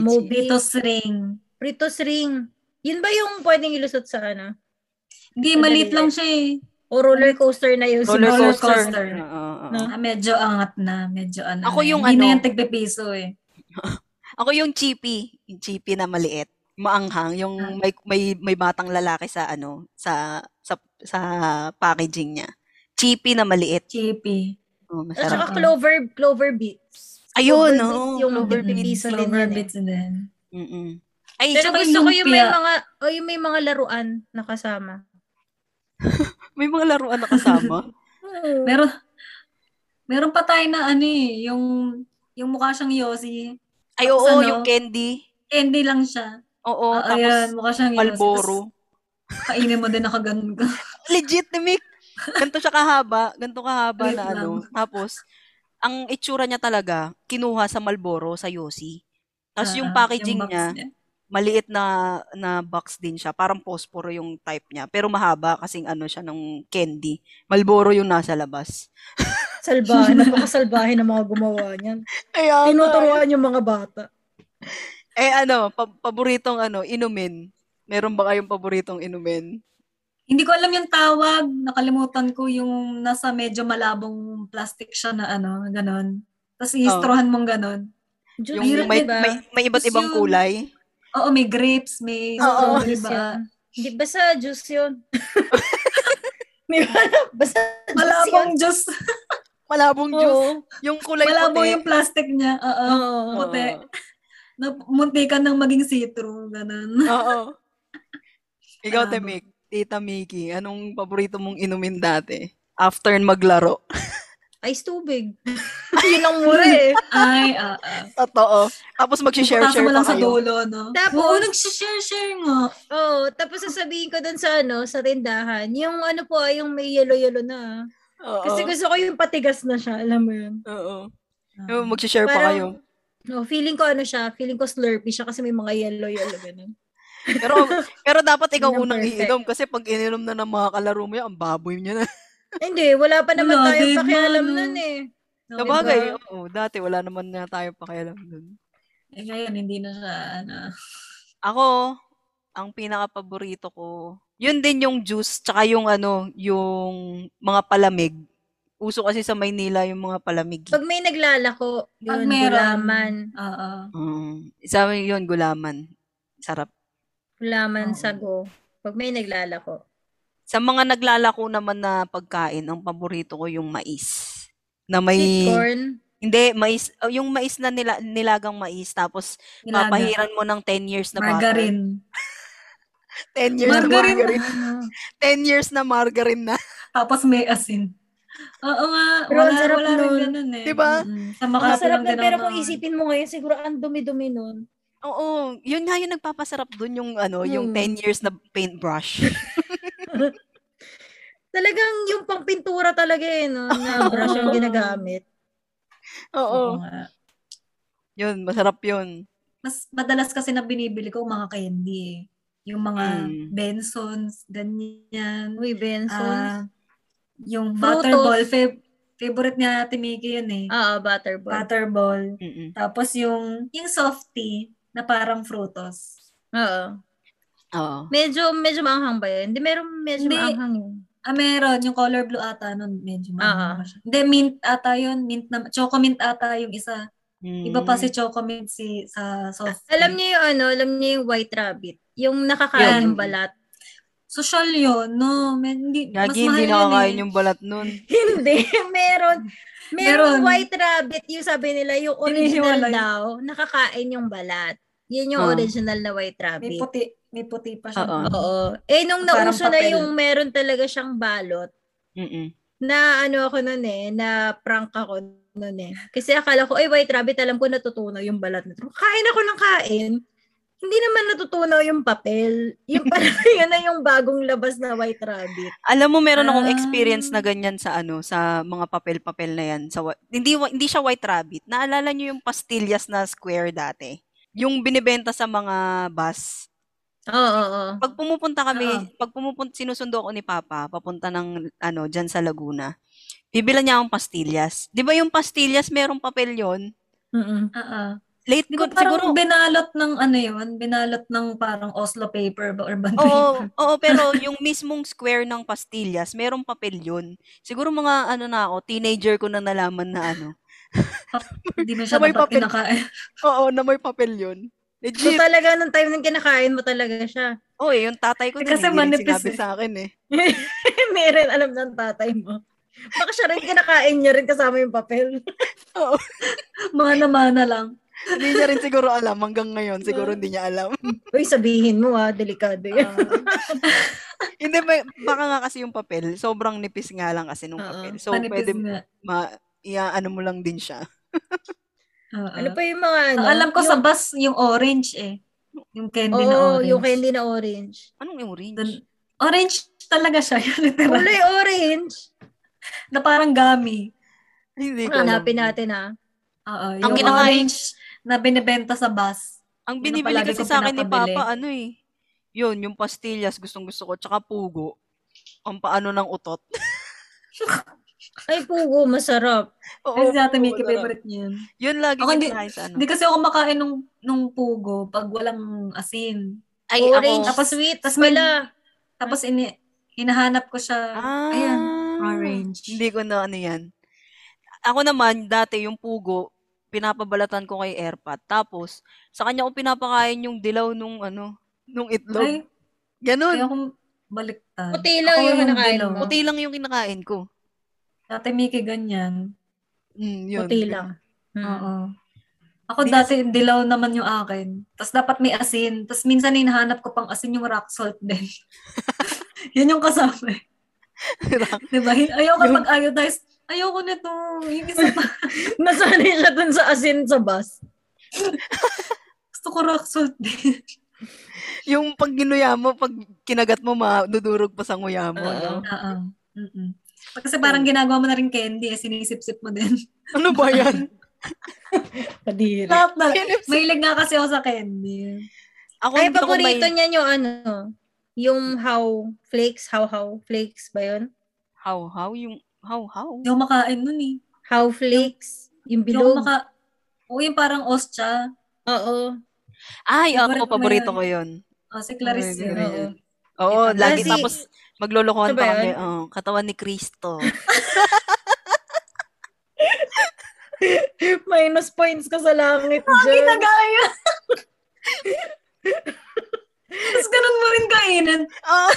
Speaker 3: Ay,
Speaker 4: Moby.
Speaker 2: Dito ring.
Speaker 4: Pritos ring. Yun ba yung pwedeng ilusot sa ano?
Speaker 2: Hindi, maliit lang siya eh.
Speaker 4: O roller coaster na yung
Speaker 2: Roller
Speaker 4: sinusuot?
Speaker 2: coaster.
Speaker 3: Oo, oo.
Speaker 4: No?
Speaker 2: Ah, medyo angat na. Medyo ano.
Speaker 3: Ako
Speaker 2: na.
Speaker 3: yung
Speaker 2: Hindi
Speaker 3: ano.
Speaker 2: na yung tagpipiso eh.
Speaker 3: Ako yung chippy, yung chippy na maliit, maanghang, yung
Speaker 4: Ah.
Speaker 3: may may may batang lalaki sa ano, sa sa sa packaging niya. Chippy na maliit.
Speaker 2: Chippy.
Speaker 3: Oh,
Speaker 4: At
Speaker 3: masarap.
Speaker 4: saka
Speaker 2: Sarap.
Speaker 4: clover, clover beats.
Speaker 3: Ayun,
Speaker 4: Clover
Speaker 3: no.
Speaker 4: beats yung
Speaker 3: Clover
Speaker 4: Mm,
Speaker 3: beats.
Speaker 4: pipiso din
Speaker 2: Clover
Speaker 4: yan eh.
Speaker 2: bits din.
Speaker 3: Mm-mm. Ay,
Speaker 4: Pero
Speaker 2: Tsaka
Speaker 4: gusto ko yung may
Speaker 2: lumpia.
Speaker 4: mga, o yung may mga laruan na kasama.
Speaker 3: may mga laruan na kasama.
Speaker 2: Meron, meron pa tayo na ano eh, yung, yung mukha siyang Yossi.
Speaker 3: Ay, oo,
Speaker 2: Tapos ano?
Speaker 3: yung candy.
Speaker 2: Candy lang siya. Oh,
Speaker 3: Oo, tapos
Speaker 2: ayan, mukha siyang Yossi.
Speaker 3: Malboro.
Speaker 2: Tapos kainin mo din, nakaganon ka.
Speaker 3: Legit na Mick. Ganto siya kahaba, ganto kahaba
Speaker 2: Wait
Speaker 3: na
Speaker 2: lang.
Speaker 3: ano. Tapos ang itsura niya talaga kinuha sa Malboro sa Yossi. Tapos yung
Speaker 2: Ah,
Speaker 3: packaging
Speaker 2: box
Speaker 3: niya, maliit na na box din siya. Parang posporo yung type niya. Pero mahaba kasing ano siya ng candy. Malboro yung nasa labas.
Speaker 4: Salbahin, napakasalbahin ng mga gumawa niyan.
Speaker 3: Kaya
Speaker 4: Tinuturuan yung mga bata.
Speaker 3: Eh ano, pa- paboritong ano, inumin. Meron ba kayong paboritong inumin?
Speaker 2: Hindi ko alam yung tawag. Nakalimutan ko yung nasa medyo malabong plastic siya na ano, ganon. Tapos
Speaker 3: Oh.
Speaker 2: i-strohan mong ganon.
Speaker 4: Diyos,
Speaker 3: Yung
Speaker 2: Mahirap
Speaker 4: di
Speaker 3: may,
Speaker 4: ba?
Speaker 3: may, may iba't
Speaker 2: Tapos
Speaker 3: ibang
Speaker 2: yun.
Speaker 3: kulay.
Speaker 2: Oo, may grapes, may
Speaker 4: Oo,
Speaker 2: strawberry
Speaker 4: juice
Speaker 2: ba?
Speaker 4: yun. Di ba sa juice yun? Di ba? Basta juice yun.
Speaker 2: Malabong juice.
Speaker 3: Malabong
Speaker 4: Oo.
Speaker 3: juice. Yung kulay
Speaker 2: Malabo
Speaker 3: puti.
Speaker 2: yung plastic niya. Oo.
Speaker 4: Oo.
Speaker 2: puti. Na- munti ka nang maging see-through. Ganun.
Speaker 3: Oo. Ikaw,
Speaker 2: Malabo.
Speaker 3: Temik. Tita Miki, anong paborito mong inumin dati? After maglaro.
Speaker 4: Ice tubig. yun ang mura eh.
Speaker 2: Ay, ah, ah.
Speaker 3: Totoo. Tapos
Speaker 2: Puputasan
Speaker 3: mag-share-share
Speaker 2: mo
Speaker 3: pa
Speaker 2: lang sa
Speaker 3: kayo.
Speaker 2: dulo, no?
Speaker 4: Tapos-
Speaker 2: Oo, nagsishare-share nga.
Speaker 4: Oo, tapos sasabihin ko dun sa ano, sa tindahan, yung ano po ay yung may yellow-yellow na. ah.
Speaker 3: Oo.
Speaker 4: Kasi gusto ko yung patigas na siya, alam mo yun.
Speaker 3: Oo.
Speaker 2: Ah.
Speaker 3: Yung mag-share pa kayo.
Speaker 4: Parang- No, feeling ko ano siya, feeling ko slurpy siya kasi may mga yellow-yellow ganun.
Speaker 3: Pero pero dapat ikaw
Speaker 4: Yun ang
Speaker 3: unang
Speaker 4: perfect.
Speaker 3: iinom kasi pag ininom na ng mga kalaro mo yan, ang baboy niya na.
Speaker 4: Hindi, wala pa
Speaker 2: Wala,
Speaker 4: naman tayong
Speaker 2: diba,
Speaker 4: pakialam
Speaker 2: no?
Speaker 4: nun eh.
Speaker 2: Ah, No,
Speaker 3: Sabagay, oo, dati wala naman na tayo pakialam dun.
Speaker 2: Eh, ngayon, hindi na siya, ano.
Speaker 3: Ako, ang pinaka-paborito ko, yun din yung juice, tsaka yung ano, yung mga palamig. Uso kasi sa Maynila yung mga palamig.
Speaker 4: Pag may naglalako,
Speaker 2: Pag
Speaker 4: yun,
Speaker 2: meron.
Speaker 4: gulaman.
Speaker 2: Oo.
Speaker 3: Mm. Isa yun, gulaman. Sarap.
Speaker 4: Gulaman,
Speaker 2: Oo.
Speaker 4: sago. Pag may naglalako.
Speaker 3: Sa mga naglalako naman na pagkain, ang paborito ko yung mais. Na may...
Speaker 4: Sweet corn.
Speaker 3: Hindi, mais. oh, Yung mais na nila, nilagang mais, tapos
Speaker 2: Nilaga.
Speaker 3: papahiran mo ng 10 years na butter.
Speaker 2: Margarine.
Speaker 3: 10 years
Speaker 2: Margarine.
Speaker 3: na margarine. 10 years na margarine na.
Speaker 2: Tapos may asin. Oo nga.
Speaker 4: Pero
Speaker 2: wala,
Speaker 4: ang sarap
Speaker 2: wala rin
Speaker 4: nun.
Speaker 2: ganun eh.
Speaker 3: Diba?
Speaker 2: Mm-mm. Sa
Speaker 4: Ang
Speaker 2: Makati
Speaker 4: sarap
Speaker 2: lang
Speaker 4: na,
Speaker 2: din
Speaker 4: pero
Speaker 2: ako
Speaker 4: kung
Speaker 2: noon.
Speaker 4: isipin mo ngayon, siguro ang dumi-dumi nun.
Speaker 3: Oo, yun nga yung nagpapasarap dun yung ano, yung
Speaker 2: Hmm.
Speaker 3: 10
Speaker 4: Mm.
Speaker 3: years na paintbrush.
Speaker 4: Talagang yung pangpintura talaga eh, no? Na brush yung ginagamit.
Speaker 2: Oo nga.
Speaker 3: Yun, masarap yun.
Speaker 2: Mas madalas kasi na binibili ko mga candy eh. Yung mga
Speaker 3: Mm.
Speaker 2: Bensons, ganyan.
Speaker 4: Uy,
Speaker 2: Ah,
Speaker 4: Benson's.
Speaker 2: yung
Speaker 4: Frutos.
Speaker 2: Butterball. Fa- favorite niya Timiki yun eh.
Speaker 4: Ah, butterball.
Speaker 2: Butterball.
Speaker 3: Mm-mm.
Speaker 2: Tapos yung, yung softy na parang frutos.
Speaker 4: Oo.
Speaker 3: Oo.
Speaker 4: Medyo, medyo maanghang ba yun? Hindi, meron medyo
Speaker 2: Hindi.
Speaker 4: maanghang yun.
Speaker 2: Ah, meron. Yung color blue ata nun. Medyo
Speaker 4: Ah,
Speaker 2: mahal
Speaker 4: ah.
Speaker 2: siya. Hindi, mint ata yun. Mint na, choco mint ata yung isa.
Speaker 3: Mm.
Speaker 2: Iba pa si choco mint si, sa soft.
Speaker 4: Alam niyo yung ano, alam niyo yung white rabbit. Yung
Speaker 3: Yun.
Speaker 4: nakakain yung balat.
Speaker 2: Social yun. No, men, hindi, mas mahal
Speaker 3: Gagi, hindi
Speaker 2: yun
Speaker 3: nakakain
Speaker 2: eh.
Speaker 3: yung balat nun.
Speaker 4: Hindi, meron. Meron
Speaker 2: Meron.
Speaker 4: white rabbit, yung sabi nila, yung original
Speaker 2: Hinihiwalay.
Speaker 4: daw, nakakain yung balat. Yun yung
Speaker 3: Ah.
Speaker 4: original na white
Speaker 2: Oh. May
Speaker 4: rabbit.
Speaker 2: puti, may puti pa siya.
Speaker 3: Oo.
Speaker 4: Oo. Eh, nung
Speaker 2: Parang
Speaker 4: nauso na
Speaker 2: papel.
Speaker 4: yung meron talaga siyang balot,
Speaker 3: Mm-mm.
Speaker 4: na ano ako nun eh, na prank ako nun eh. Kasi akala ko, ay, white rabbit, alam ko natutunaw yung balat nito. Kain ako ng kain. Hindi naman natutunaw yung papel. Yung parang yun na yung bagong labas na white rabbit.
Speaker 3: Alam mo, meron akong
Speaker 2: Ah.
Speaker 3: experience na ganyan sa ano, sa mga papel-papel na yan. Sa, wa- hindi, wa- hindi siya white rabbit. Naalala niyo yung pastillas na square dati? Yung binibenta sa mga bus.
Speaker 4: Oo, oo, oo.
Speaker 3: Pag pumupunta kami,
Speaker 2: Oo.
Speaker 3: pag pumupunta, sinusundo ako ni Papa, papunta ng, ano, dyan sa Laguna. Bibila niya akong pastillas. Di ba yung pastillas, merong papel yon
Speaker 4: Mm-mm.
Speaker 2: Oo.
Speaker 3: Late
Speaker 2: Ah, Di
Speaker 3: ko,
Speaker 2: ba parang
Speaker 3: siguro,
Speaker 2: binalot ng ano yun? Binalot ng parang Oslo paper ba or bond
Speaker 3: Oo,
Speaker 2: paper?
Speaker 3: oo, pero yung mismong square ng pastillas, merong papel yun. Siguro mga ano na ako, teenager ko na nalaman na ano.
Speaker 2: Hindi mo siya
Speaker 3: Sabay
Speaker 2: dapat
Speaker 3: papel.
Speaker 2: kinakain.
Speaker 3: Oo, na may papel yun.
Speaker 4: So
Speaker 3: Legit.
Speaker 4: talaga, nung time nang kinakain mo talaga siya.
Speaker 3: Oo, eh, yung tatay ko
Speaker 2: Eh,
Speaker 3: din.
Speaker 2: kasi
Speaker 3: Kasi
Speaker 2: manipis
Speaker 3: manipis sinabi
Speaker 2: eh.
Speaker 3: sa akin eh.
Speaker 4: Meron alam ng tatay mo. Baka siya rin kinakain niya rin kasama yung papel.
Speaker 2: Mana-mana lang.
Speaker 3: Hindi niya rin siguro alam hanggang ngayon. Siguro hindi niya alam.
Speaker 4: Uy, sabihin mo ah, delikado yan.
Speaker 3: hindi, may, baka nga kasi yung papel, sobrang nipis nga lang kasi nung
Speaker 4: Oo,
Speaker 3: papel. So,
Speaker 2: Manipis
Speaker 3: pwede
Speaker 2: nga.
Speaker 3: ma, iya, ano mo lang din siya.
Speaker 2: Oo.
Speaker 4: ano pa yung mga ano?
Speaker 2: ah.
Speaker 3: ah?
Speaker 2: Ang alam ko
Speaker 4: yung,
Speaker 2: sa bus, yung orange eh. Yung candy
Speaker 4: Oo,
Speaker 2: na orange.
Speaker 4: yung candy na orange.
Speaker 3: Anong orange?
Speaker 2: Dun- orange talaga siya. Yung literal.
Speaker 4: Kulay orange.
Speaker 2: na parang gummy.
Speaker 3: Hindi ko alam.
Speaker 4: Hanapin natin ah.
Speaker 2: Oo,
Speaker 5: Ang
Speaker 2: yung
Speaker 5: kinakain-
Speaker 2: orange na binibenta sa bus.
Speaker 3: Ang
Speaker 2: Yun ang
Speaker 3: binibili
Speaker 2: palagi
Speaker 3: kasi
Speaker 2: kong
Speaker 3: sa akin ni
Speaker 2: pinapabili.
Speaker 3: Papa, ano eh. Yun, yung pastillas, gustong gusto ko. Tsaka pugo. Ang paano ng utot.
Speaker 4: Ay, pugo, masarap.
Speaker 3: Oo,
Speaker 2: Kasi sa atin,
Speaker 3: pugo,
Speaker 2: Miki,
Speaker 3: sarap.
Speaker 2: favorite niya yun.
Speaker 3: Yun lagi
Speaker 2: Ako
Speaker 3: ko
Speaker 2: hindi-
Speaker 3: kinain sa ano.
Speaker 2: Hindi kasi ako makain nung, nung pugo pag walang asin.
Speaker 5: Ay,
Speaker 4: orange,
Speaker 5: ako,
Speaker 2: Tapos-
Speaker 4: Oh, sweet,
Speaker 2: tapos may-
Speaker 4: pala.
Speaker 2: Tapos ini hinahanap ko siya.
Speaker 3: Ah,
Speaker 2: Ayan, orange.
Speaker 3: Hindi ko na ano yan. Ako naman, dati yung pugo, pinapabalatan ko kay Erpat. Tapos, sa kanya ko pinapakain yung dilaw nung ano, nung itlog.
Speaker 2: Ay,
Speaker 3: Ganun.
Speaker 2: ayaw kong baliktad.
Speaker 4: Puti lang
Speaker 2: Ako
Speaker 4: yung kinakain
Speaker 2: dilaw.
Speaker 4: mo.
Speaker 3: Puti lang yung kinakain ko.
Speaker 2: Dati Miki ganyan.
Speaker 3: Mm, yun.
Speaker 4: Puti lang. Hmm.
Speaker 2: Oo. Ako
Speaker 3: Hindi
Speaker 2: dati dilaw naman yung akin. Tapos dapat may asin. Tapos minsan hinahanap ko pang asin yung rock salt din. Yun yung kasama. eh. Diba? Ayaw ka
Speaker 3: Yung-
Speaker 2: pag iodized. Ayoko na to. Yung isa pa.
Speaker 4: Nasanay siya dun sa asin sa bus.
Speaker 2: Gusto ko rock salt din.
Speaker 3: yung pag ginuya mo, pag kinagat mo, madudurog pa sa nguya mo.
Speaker 4: Oo.
Speaker 3: no?
Speaker 2: Oo. Mm-mm. Kasi parang ginagawa mo na rin candy. Eh, sinisip-sip mo din.
Speaker 3: Ano ba yan?
Speaker 4: Kadiri.
Speaker 2: Lahat na.
Speaker 3: Sinipsip.
Speaker 2: Mahilig nga kasi ako sa candy.
Speaker 3: Ako
Speaker 4: Ay,
Speaker 3: hindi ako may-
Speaker 4: paborito niya yung ano, yung how flakes, how how flakes ba yun?
Speaker 3: How, how? Yung, how, how?
Speaker 2: Hindi ako makain nun eh.
Speaker 4: How flakes, yung
Speaker 2: Hindi ako
Speaker 4: bilog.
Speaker 2: maka... Oo, yung parang ostya.
Speaker 4: Oo.
Speaker 3: Ay, ako,
Speaker 2: Favorite mo
Speaker 3: paborito
Speaker 2: yun.
Speaker 3: ko yun.
Speaker 2: O, Ah, si Clarice
Speaker 3: Favorite
Speaker 2: yun.
Speaker 3: ko
Speaker 4: Oo.
Speaker 3: yun. Oo,
Speaker 2: Ito.
Speaker 3: lagi
Speaker 4: Kasi-
Speaker 3: tapos maglolokohan
Speaker 4: Ano ba
Speaker 3: pa kami.
Speaker 4: yun?
Speaker 3: Oh, katawan ni Kristo.
Speaker 4: Minus points ka sa langit, Jen.
Speaker 2: Ginagaya! Tapos ganun mo rin kainin.
Speaker 3: Ah.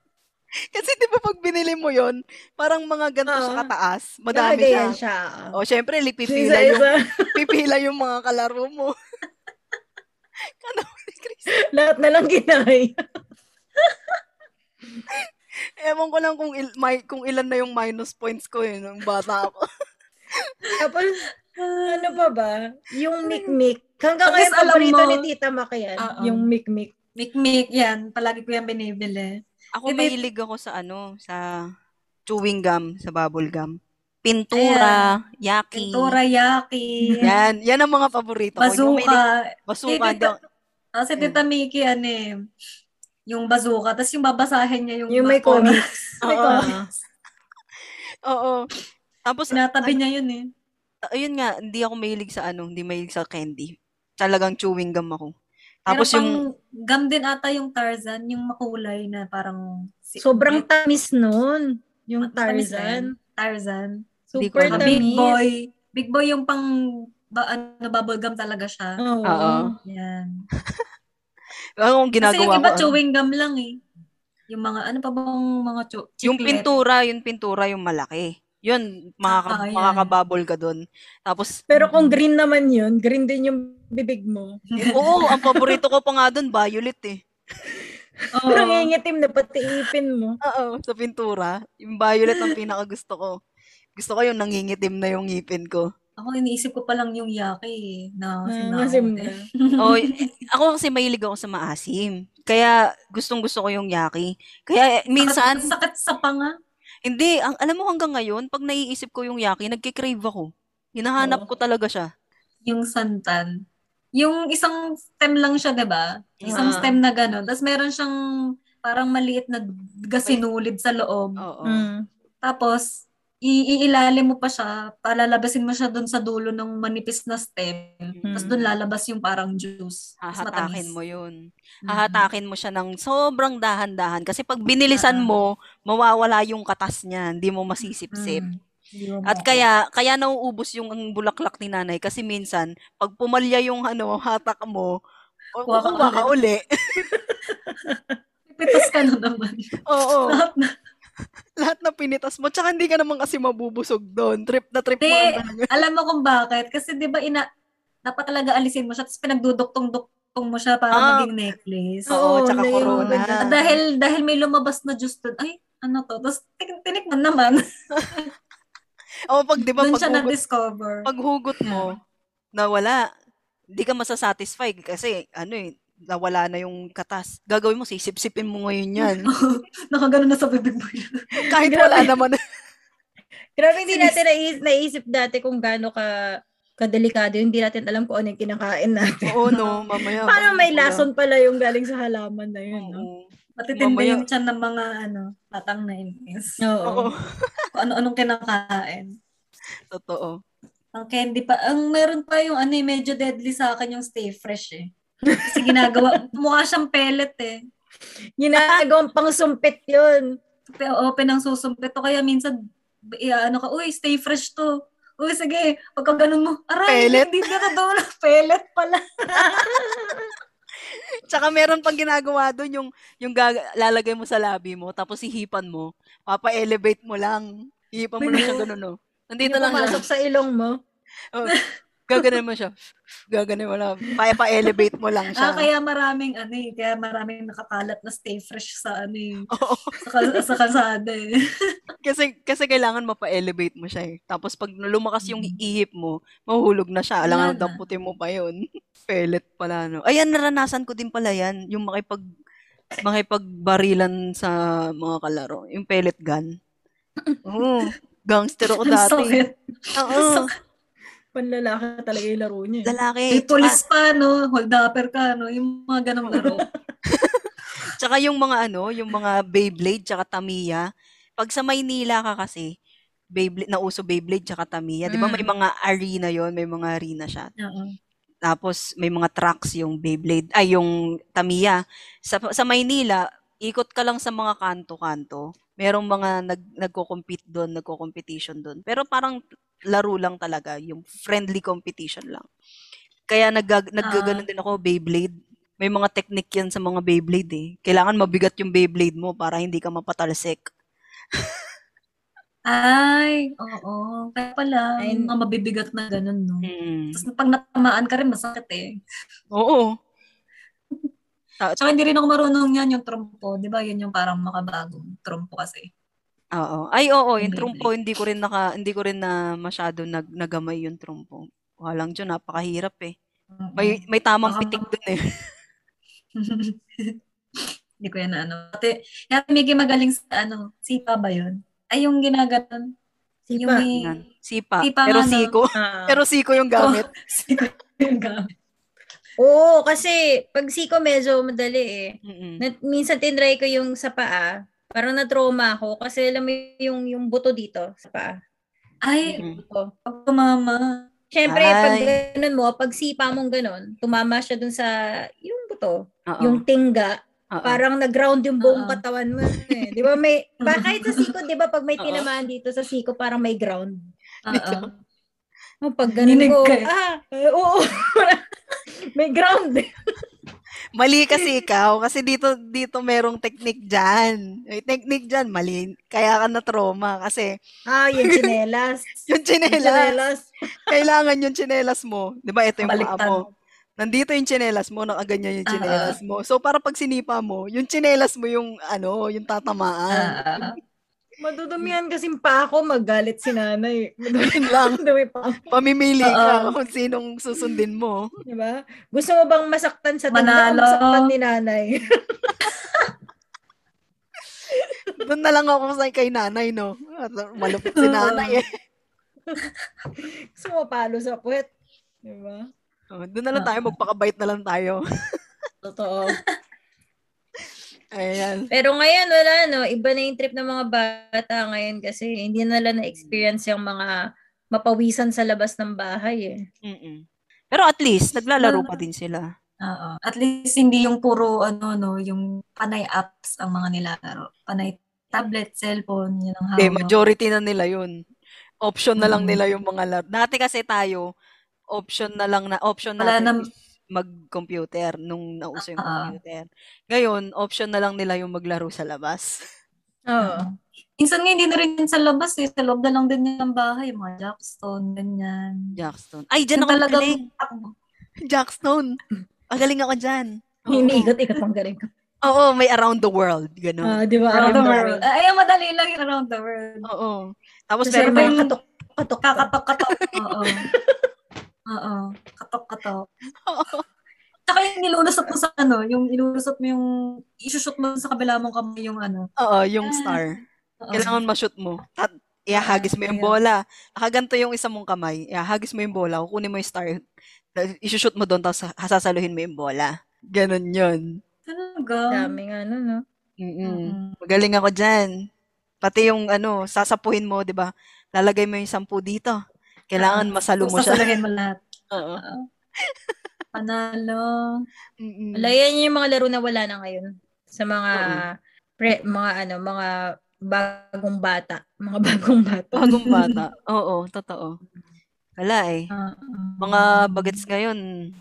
Speaker 3: Kasi di ba pag binili mo yon parang mga ganito
Speaker 4: Oo.
Speaker 3: sa kataas, madami siya.
Speaker 4: Nakagayan siya. ah.
Speaker 3: Oh, syempre, li- pipila yung,
Speaker 4: Isa-isa.
Speaker 3: pipila yung mga kalaro mo. Katawan ni Kristo.
Speaker 4: Lahat na lang kinay.
Speaker 3: Ewan ko lang kung, il- may, kung ilan na yung minus points ko yun, nung bata ako.
Speaker 4: Tapos, ano pa ba? Yung mikmik. Hanggang
Speaker 2: At
Speaker 4: ngayon,
Speaker 2: least alam
Speaker 4: paborito
Speaker 2: mo. Ah,
Speaker 4: ni Tita Mac yan.
Speaker 2: Oo.
Speaker 4: Yung mikmik.
Speaker 2: Mikmik yan. Palagi ko yan binibili.
Speaker 3: Ako
Speaker 2: Hindi-
Speaker 3: mahilig ako sa ano, sa chewing gum, sa bubble gum. Pintura, yaki.
Speaker 2: Pintura, yaki,
Speaker 3: Yan, yan ang mga paborito ko. Yung may-
Speaker 2: bazooka.
Speaker 3: Bazooka
Speaker 2: Eh,
Speaker 3: daw.
Speaker 2: Ah, si Tita Miki, ano eh, yung bazooka. Tapos yung babasahin niya yung,
Speaker 4: Yung may comics.
Speaker 3: Oo. Oo. Tapos,
Speaker 2: Sinatabi niya yun eh.
Speaker 3: ah, ayun nga, hindi ako mahilig sa ano, hindi mahilig sa candy. Talagang chewing gum ako.
Speaker 2: Meron
Speaker 3: Tapos yung,
Speaker 2: pang gum din ata yung Tarzan, yung makulay na parang si-
Speaker 4: Sobrang tamis nun. Yung
Speaker 2: Matamis na
Speaker 4: Tarzan.
Speaker 2: Tarzan.
Speaker 3: Hindi ko
Speaker 4: Super
Speaker 3: alam.
Speaker 2: Ah,
Speaker 4: tamis.
Speaker 2: big boy. Big boy yung pang ba, ano, bubble gum talaga siya.
Speaker 4: Oo.
Speaker 3: Oo.
Speaker 2: Yan.
Speaker 3: ano yung
Speaker 2: Kasi
Speaker 3: ginagawa
Speaker 2: yung iba
Speaker 3: ko? ano,
Speaker 2: chewing gum lang eh. Yung mga ano pa bang mga chu-
Speaker 3: ah, yung
Speaker 2: chiclet?
Speaker 3: pintura, yung pintura, yung malaki. Yun,
Speaker 2: Ah,
Speaker 3: makaka-
Speaker 2: yan.
Speaker 3: makakababol ka dun. Tapos,
Speaker 4: Pero kung green naman yun, green din yung bibig mo.
Speaker 3: oo, ang paborito ko pa nga dun, violet eh.
Speaker 2: Oo.
Speaker 4: Parang ngingitim na pati ipin mo.
Speaker 3: Oo, sa pintura. Yung violet ang pinakagusto ko. Gusto ko yung nangingitim na yung ngipin ko.
Speaker 2: Ako iniisip ko pa lang yung yaki eh. Na
Speaker 4: Ah,
Speaker 2: sinaon
Speaker 4: masim
Speaker 2: eh.
Speaker 4: na.
Speaker 3: Oh, ako kasi mahilig ako sa maasim. Kaya gustong gusto ko yung yaki. Kaya eh, minsan,
Speaker 2: Sakit, sakit sa panga.
Speaker 3: hindi, ang, alam mo hanggang ngayon, pag naiisip ko yung yaki, nagkikrave ako. Hinahanap
Speaker 4: Oo.
Speaker 3: ko talaga siya.
Speaker 2: Yung santan. Yung isang stem lang siya, di ba? Isang
Speaker 4: Ah.
Speaker 2: stem na gano'n. Tapos meron siyang parang maliit na gasinulid sa loob.
Speaker 3: Oo.
Speaker 4: Mm.
Speaker 2: Tapos, i- iilalim mo pa siya, palalabasin mo siya dun sa dulo ng manipis na stem. Tapos dun lalabas yung parang juice. Tapos
Speaker 3: Hmm. Hahatakin
Speaker 2: matamis.
Speaker 3: mo yun.
Speaker 2: Mm.
Speaker 3: Hahatakin mo siya ng sobrang dahan-dahan. Kasi pag binilisan mo, mawawala yung katas niya. Hindi mo masisip-sip.
Speaker 2: Mm. Yun.
Speaker 3: At kaya, kaya nauubos yung ang bulaklak ni nanay kasi minsan, pag pumalya yung ano, hatak mo, o-
Speaker 2: Kuha ka
Speaker 3: kukuha ka uli.
Speaker 2: Pitas ka na naman.
Speaker 3: Oo,
Speaker 2: Lahat na.
Speaker 3: lahat na pinitas mo. Tsaka hindi ka naman kasi mabubusog doon. Trip na trip mo.
Speaker 2: Hindi.
Speaker 3: ang dami.
Speaker 2: Alam mo kung bakit. Kasi di ba ina, dapat talaga alisin mo siya. Tapos pinagduduktong-duktong mo siya para
Speaker 3: Ah.
Speaker 2: maging necklace.
Speaker 3: Oo, tsaka
Speaker 4: na yun.
Speaker 3: corona.
Speaker 2: At dahil, dahil may lumabas na juice dun, ay, ano to? Tapos tin- tinikman naman.
Speaker 3: Oo, pag di ba,
Speaker 2: Doon
Speaker 3: pag
Speaker 2: siya
Speaker 3: hugot,
Speaker 2: na-discover.
Speaker 3: pag hugot mo, nawala, hindi ka masasatisfy kasi ano eh, nawala na yung katas. Gagawin mo, sisip-sipin mo ngayon yan.
Speaker 2: Nakaganon na sa bibig mo yun.
Speaker 3: Kahit wala naman.
Speaker 4: Grabe, hindi natin nais- naisip dati kung gaano ka kadelikado. yun. Hindi natin alam kung ano yung kinakain natin.
Speaker 3: Oo, no, mamaya.
Speaker 4: Parang may lason pala yung galing sa halaman na yun. No?
Speaker 3: Oo.
Speaker 2: Matitindi
Speaker 3: Mamaya.
Speaker 2: yung tiyan ng mga ano, batang na inis.
Speaker 3: Oo,
Speaker 4: Oo.
Speaker 2: Kung ano-anong kinakain.
Speaker 3: totoo.
Speaker 2: Ang candy pa. Ang meron pa yung ano, eh, medyo deadly sa akin yung stay fresh eh. Kasi ginagawa, mukha siyang pellet eh.
Speaker 4: Ginagawang pangsumpit yun.
Speaker 2: Pe- open ang susumpit to. Kaya minsan, i- ano ka, uy, stay fresh to. Uy, sige, pagka ganun mo, aray,
Speaker 3: Pellet?
Speaker 2: hindi na ka daw na pellet pala.
Speaker 3: Tsaka meron pang ginagawa doon yung yung gag- lalagay mo sa labi mo tapos ihipan mo, papa-elevate mo lang. Ihipan mo lang siya ganun, no. Nandito
Speaker 4: Yung
Speaker 3: lang siya.
Speaker 4: pumasok sa ilong mo.
Speaker 3: Oh, gaganan mo siya. Gaganan mo lang. Papa-elevate mo lang
Speaker 2: Ah,
Speaker 3: siya.
Speaker 2: kaya maraming, ano eh, kaya maraming nakakalat na stay fresh sa ano eh,
Speaker 3: Oo.
Speaker 2: sa, kas- sa kalsada eh.
Speaker 3: Kasi kasi kailangan mapa-elevate mo siya eh. Tapos pag lumakas yung ihip mo, mahuhulog na siya.
Speaker 2: Mm. Wala
Speaker 3: Alangan
Speaker 2: na.
Speaker 3: damputin mo pa yun. Pellet pala no. Ayan naranasan ko din pala yan, yung makipag makipagbarilan sa mga kalaro, yung pellet gun. Oo. Gangster ako
Speaker 2: Ang
Speaker 3: dati. eh,
Speaker 2: sakit.
Speaker 3: Oo.
Speaker 4: Panlalaki talaga yung laro niya. eh.
Speaker 3: Lalaki.
Speaker 2: May pulis
Speaker 3: ah.
Speaker 2: pa, no? Hold upper ka, no? Yung mga ganong laro.
Speaker 3: Tsaka yung mga ano, yung mga Beyblade tsaka Tamiya. Pag sa Maynila ka kasi, Beyblade, nauso Beyblade tsaka Tamiya. Di ba may
Speaker 4: Mm.
Speaker 3: mga arena yon may mga arena siya.
Speaker 2: Oo.
Speaker 3: Tapos may mga tracks yung Beyblade, ay yung Tamiya. Sa, sa Maynila, ikot ka lang sa mga kanto-kanto. Merong mga nag, nagko-compete doon, nagko-competition doon. Pero parang laro lang talaga, yung friendly competition lang. Kaya nag, naggaganon din ako, Beyblade. May mga technique yan sa mga Beyblade eh. Kailangan mabigat yung Beyblade mo para hindi ka mapatalsik.
Speaker 2: Ay, oo. Kaya pala,
Speaker 4: Ay,
Speaker 2: yung mga mabibigat na ganun, no?
Speaker 3: Mm.
Speaker 2: Tapos pag natamaan ka rin, masakit eh.
Speaker 3: Oo.
Speaker 2: Tsaka hindi rin ako marunong yan, yung trompo. Di ba? Yun yung parang makabagong trompo kasi.
Speaker 3: Oo. Ay, oo,
Speaker 2: Beyblade.
Speaker 3: yung trumpo, hindi ko rin naka, hindi ko rin na masyado nag, nagamay yung trumpo. Walang dyan, napakahirap eh.
Speaker 2: Oo.
Speaker 3: May, may tamang
Speaker 2: Hmm. Baka-
Speaker 3: pitik dun eh.
Speaker 2: Hindi ko yan na ano. Ate, Ate Miggy magaling sa ano, sipa ba yun? Ay, yung ginaganon. Yung
Speaker 4: Sipa.
Speaker 2: may-
Speaker 3: Yan. Sipa.
Speaker 2: Sipa
Speaker 3: Pero
Speaker 2: nga, no?
Speaker 3: siko.
Speaker 4: Ah.
Speaker 3: Pero siko yung gamit.
Speaker 2: Sipa yung gamit.
Speaker 4: Oo, kasi pag siko medyo madali eh.
Speaker 3: Mm-mm.
Speaker 4: Na, minsan tinry ko yung sa paa. Parang na-trauma ako kasi alam mo yung, yung buto dito sa paa.
Speaker 2: Ay,
Speaker 3: Mm-mm.
Speaker 4: Buto.
Speaker 2: pag tumama.
Speaker 4: Siyempre,
Speaker 3: Ay.
Speaker 4: pag ganun mo, pag sipa mong ganun, tumama siya dun sa yung buto,
Speaker 3: Oo.
Speaker 4: yung tingga,
Speaker 3: Oo.
Speaker 4: parang nag-ground yung buong
Speaker 2: Oo.
Speaker 4: katawan mo. Eh. Di ba may, pa, kahit sa siko, di ba pag
Speaker 3: Oo.
Speaker 4: may tinamaan dito sa siko, parang may ground.
Speaker 2: Oo.
Speaker 4: Oh, pag ganun
Speaker 2: Ninig
Speaker 4: ko,
Speaker 2: ka eh.
Speaker 4: ah, eh, oo. may ground.
Speaker 3: Mali kasi ikaw. Kasi dito, dito merong technique dyan. May technique dyan. Mali. Kaya ka na trauma. Kasi
Speaker 4: Ah, yung chinelas.
Speaker 3: yung
Speaker 4: Yung
Speaker 3: tsinelas.
Speaker 4: chinelas.
Speaker 3: kailangan yung tsinelas mo. Di ba? Ito yung paa
Speaker 2: Baliktad.
Speaker 3: mo. Nandito yung tsinelas mo, nakaganyan yung
Speaker 2: Ah.
Speaker 3: tsinelas mo. So, para pag sinipa mo, yung tsinelas mo yung, ano, yung tatamaan.
Speaker 2: Ah,
Speaker 4: Madudumihan kasi pa ako, magalit si nanay.
Speaker 3: Yun lang.
Speaker 4: Madudumi pa ako,
Speaker 3: Pamimili
Speaker 2: Ah.
Speaker 3: ka kung sinong susundin mo.
Speaker 4: di ba? Gusto mo bang masaktan sa tinda o
Speaker 2: Manalo.
Speaker 4: masaktan ni nanay?
Speaker 3: Doon na lang ako sa kay nanay, no? At Malupit si nanay eh.
Speaker 4: Gusto mo palo sa puwet? Di ba?
Speaker 3: Oh, Doon na lang tayo, magpakabait na lang tayo.
Speaker 4: Totoo.
Speaker 3: Ayan.
Speaker 4: Pero ngayon, wala, no? Iba na yung trip ng mga bata ngayon kasi hindi nila na-experience yung mga mapawisan sa labas ng bahay, eh.
Speaker 3: Mm-mm. Pero at least, naglalaro pa din sila.
Speaker 2: Oo. At least hindi yung puro ano no, yung panay apps ang mga nilalaro. Panay tablet, cellphone, yun ang
Speaker 3: Eh,
Speaker 2: hawak.
Speaker 3: majority na nila yun. Option na lang
Speaker 2: Mm.
Speaker 3: nila yung mga laro. Dati kasi tayo, option na lang na, option
Speaker 2: Wala na-
Speaker 3: natin is mag-computer nung nauso yung
Speaker 2: Ah, ah.
Speaker 3: computer. Ngayon, option na lang nila yung maglaro sa labas.
Speaker 4: Oo.
Speaker 2: Minsan nga hindi na rin yun sa labas eh. Sa loob na lang din yun ng bahay. Mga jackstone, ganyan.
Speaker 3: Jackstone. Ay, dyan
Speaker 2: Yung
Speaker 3: ako
Speaker 2: talagang
Speaker 3: galing.
Speaker 2: takbo.
Speaker 3: Jackstone. Ang galing ako dyan. Oo.
Speaker 4: Hinigot-igot ang galing ko.
Speaker 3: Oo, may around the world. Ganun.
Speaker 4: Ah, di ba?
Speaker 2: Around the
Speaker 4: Around the
Speaker 2: world. Ay, ang madali lang yung around the world.
Speaker 3: Oo. Tapos
Speaker 4: Tapos
Speaker 3: meron
Speaker 4: may
Speaker 3: pa yung-
Speaker 4: katok, katok, katok.
Speaker 2: Kakatok-katok. Oo. Oo. Katok-katok. Tsaka yung nilulusot mo sa ano, yung nilulusot mo yung, isushoot mo sa kabila mong kamay yung ano.
Speaker 3: Oo, yung star.
Speaker 2: Oo.
Speaker 3: Kailangan ma-shoot mo. Tat, ihahagis mo yung
Speaker 2: Ayan.
Speaker 3: bola. Nakaganto yung isa mong kamay. Ihahagis mo yung bola. Kukunin mo yung star. Tapos Isushoot mo doon, tapos hasasaluhin mo yung bola. Ganon yun.
Speaker 2: Talaga.
Speaker 4: Dami nga, no, no?
Speaker 3: mm Magaling ako dyan. Pati yung ano, sasapuhin mo, di ba? Lalagay mo yung sampu dito. Kailangan masalo mo siya.
Speaker 2: Sasalahin mo lahat.
Speaker 3: Ah, Oo.
Speaker 2: Panalo.
Speaker 3: Mm-mm.
Speaker 4: Wala, yan yung mga laro na wala na ngayon. Sa mga, pre, mga ano, mga bagong bata. Mga bagong bata.
Speaker 3: Bagong bata. Oo, totoo. Wala eh.
Speaker 2: Oo.
Speaker 3: Mga bagets ngayon,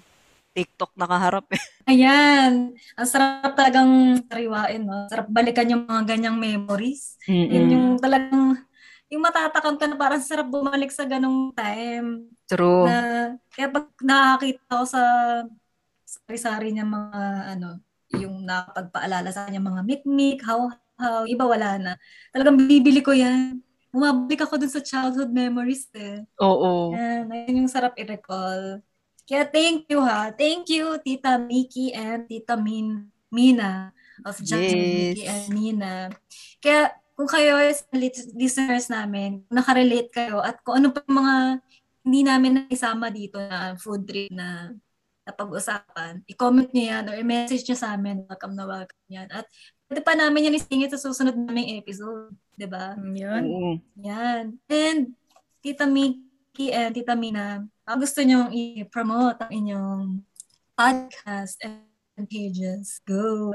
Speaker 3: TikTok nakaharap eh.
Speaker 2: Ayan. Ang sarap talagang sariwain. No? Sarap balikan yung mga ganyang memories. Yun
Speaker 3: Mm.
Speaker 2: yung talagang, yung matatakam ka na parang sarap bumalik sa ganong time.
Speaker 3: True.
Speaker 2: Na, kaya pag nakakita ko sa sari-sari niya mga ano, yung nakapagpaalala sa kanya mga mikmik, how how iba wala na. Talagang bibili ko yan. Bumabalik ako dun sa childhood memories eh.
Speaker 3: Oo.
Speaker 2: Yan, ayun yung sarap i-recall. Kaya thank you ha. Thank you Tita Miki and Tita Min Mina of Jackson, Miki
Speaker 3: Yes.
Speaker 2: and Nina. Kaya kung kayo as lit- listeners namin, kung nakarelate kayo at kung ano pa yung mga hindi namin naisama dito na food trip na napag-usapan, i-comment nyo yan or i-message nyo sa amin. Welcome na welcome yan. At pwede pa namin yan isingit sa susunod naming episode. 'di ba?
Speaker 4: Yun.
Speaker 3: Oo.
Speaker 2: Yan. And Tita Miki and Tita Mina, ah, gusto nyong i-promote ang inyong podcast and pages. Go!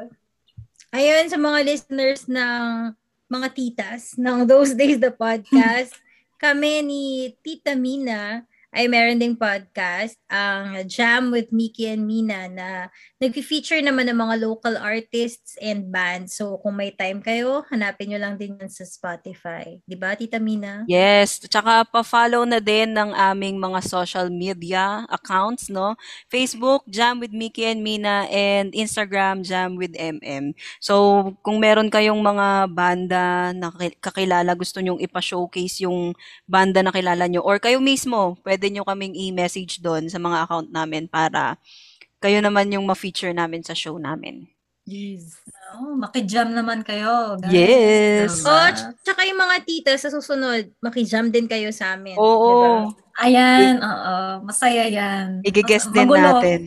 Speaker 4: Ayun, sa mga listeners ng mga titas ng Those Days the Podcast, kami ni Tita Mina ay meron ding podcast, ang Jam with Miki and Mina na nag-feature naman ng mga local artists and bands. So kung may time kayo, hanapin nyo lang din yan sa Spotify. Di ba, Tita Mina?
Speaker 3: Yes, tsaka pa-follow na din ng aming mga social media accounts, no? Facebook, Jam with Mickey and Mina, and Instagram, Jam with MM. So, kung meron kayong mga banda na ki- kakilala, gusto nyong ipa-showcase yung banda na kilala nyo, or kayo mismo, pwede nyo kaming i-message doon sa mga account namin para kayo naman yung ma-feature namin sa show namin.
Speaker 4: Yes.
Speaker 2: Oh, makijam naman kayo. guys.
Speaker 3: Yes.
Speaker 4: O,
Speaker 2: Diba?
Speaker 4: ts- Oh, tsaka yung mga titas sa susunod, makijam din kayo sa amin.
Speaker 3: Oo,
Speaker 4: Di ba?
Speaker 2: Ayan, oo. Masaya yan.
Speaker 3: i-guess
Speaker 2: Mas-
Speaker 3: din
Speaker 2: magulo.
Speaker 3: natin.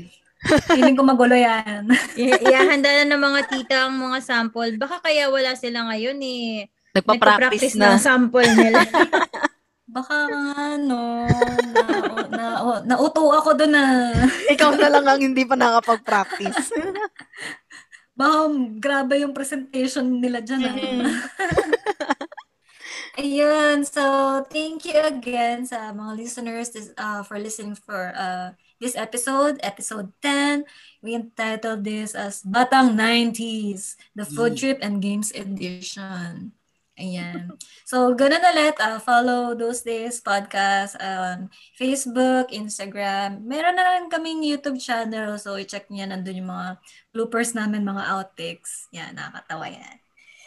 Speaker 2: Feeling ko magulo yan.
Speaker 4: I- ihahanda na ng mga tita ang mga sample. Baka kaya wala sila ngayon eh.
Speaker 3: Nagpa-practice
Speaker 4: Nagpa-practice ng
Speaker 3: na.
Speaker 4: sample nila.
Speaker 2: Baka nga, no. Na, na, nauto ako ah. doon na.
Speaker 3: Ikaw na lang ang hindi pa nakapag-practice.
Speaker 2: Baka grabe yung presentation nila dyan. ah. Ayun, so thank you again sa mga listeners this, uh, for listening for uh, this episode, episode 10. We entitled this as Batang 90s, the food trip and games edition. Ayan. So, ganun ulit, uh, follow Those Days podcast on Facebook, Instagram. Meron na rin kaming YouTube channel, so i-check niya nandun yung mga bloopers namin, mga outtakes. Yan, nakakatawa yan.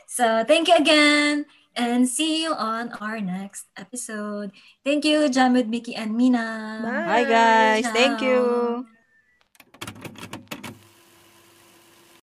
Speaker 2: So, thank you again and see you on our next episode. Thank you, Jam with Mickey and Mina.
Speaker 4: Bye.
Speaker 3: Bye guys. Thank you.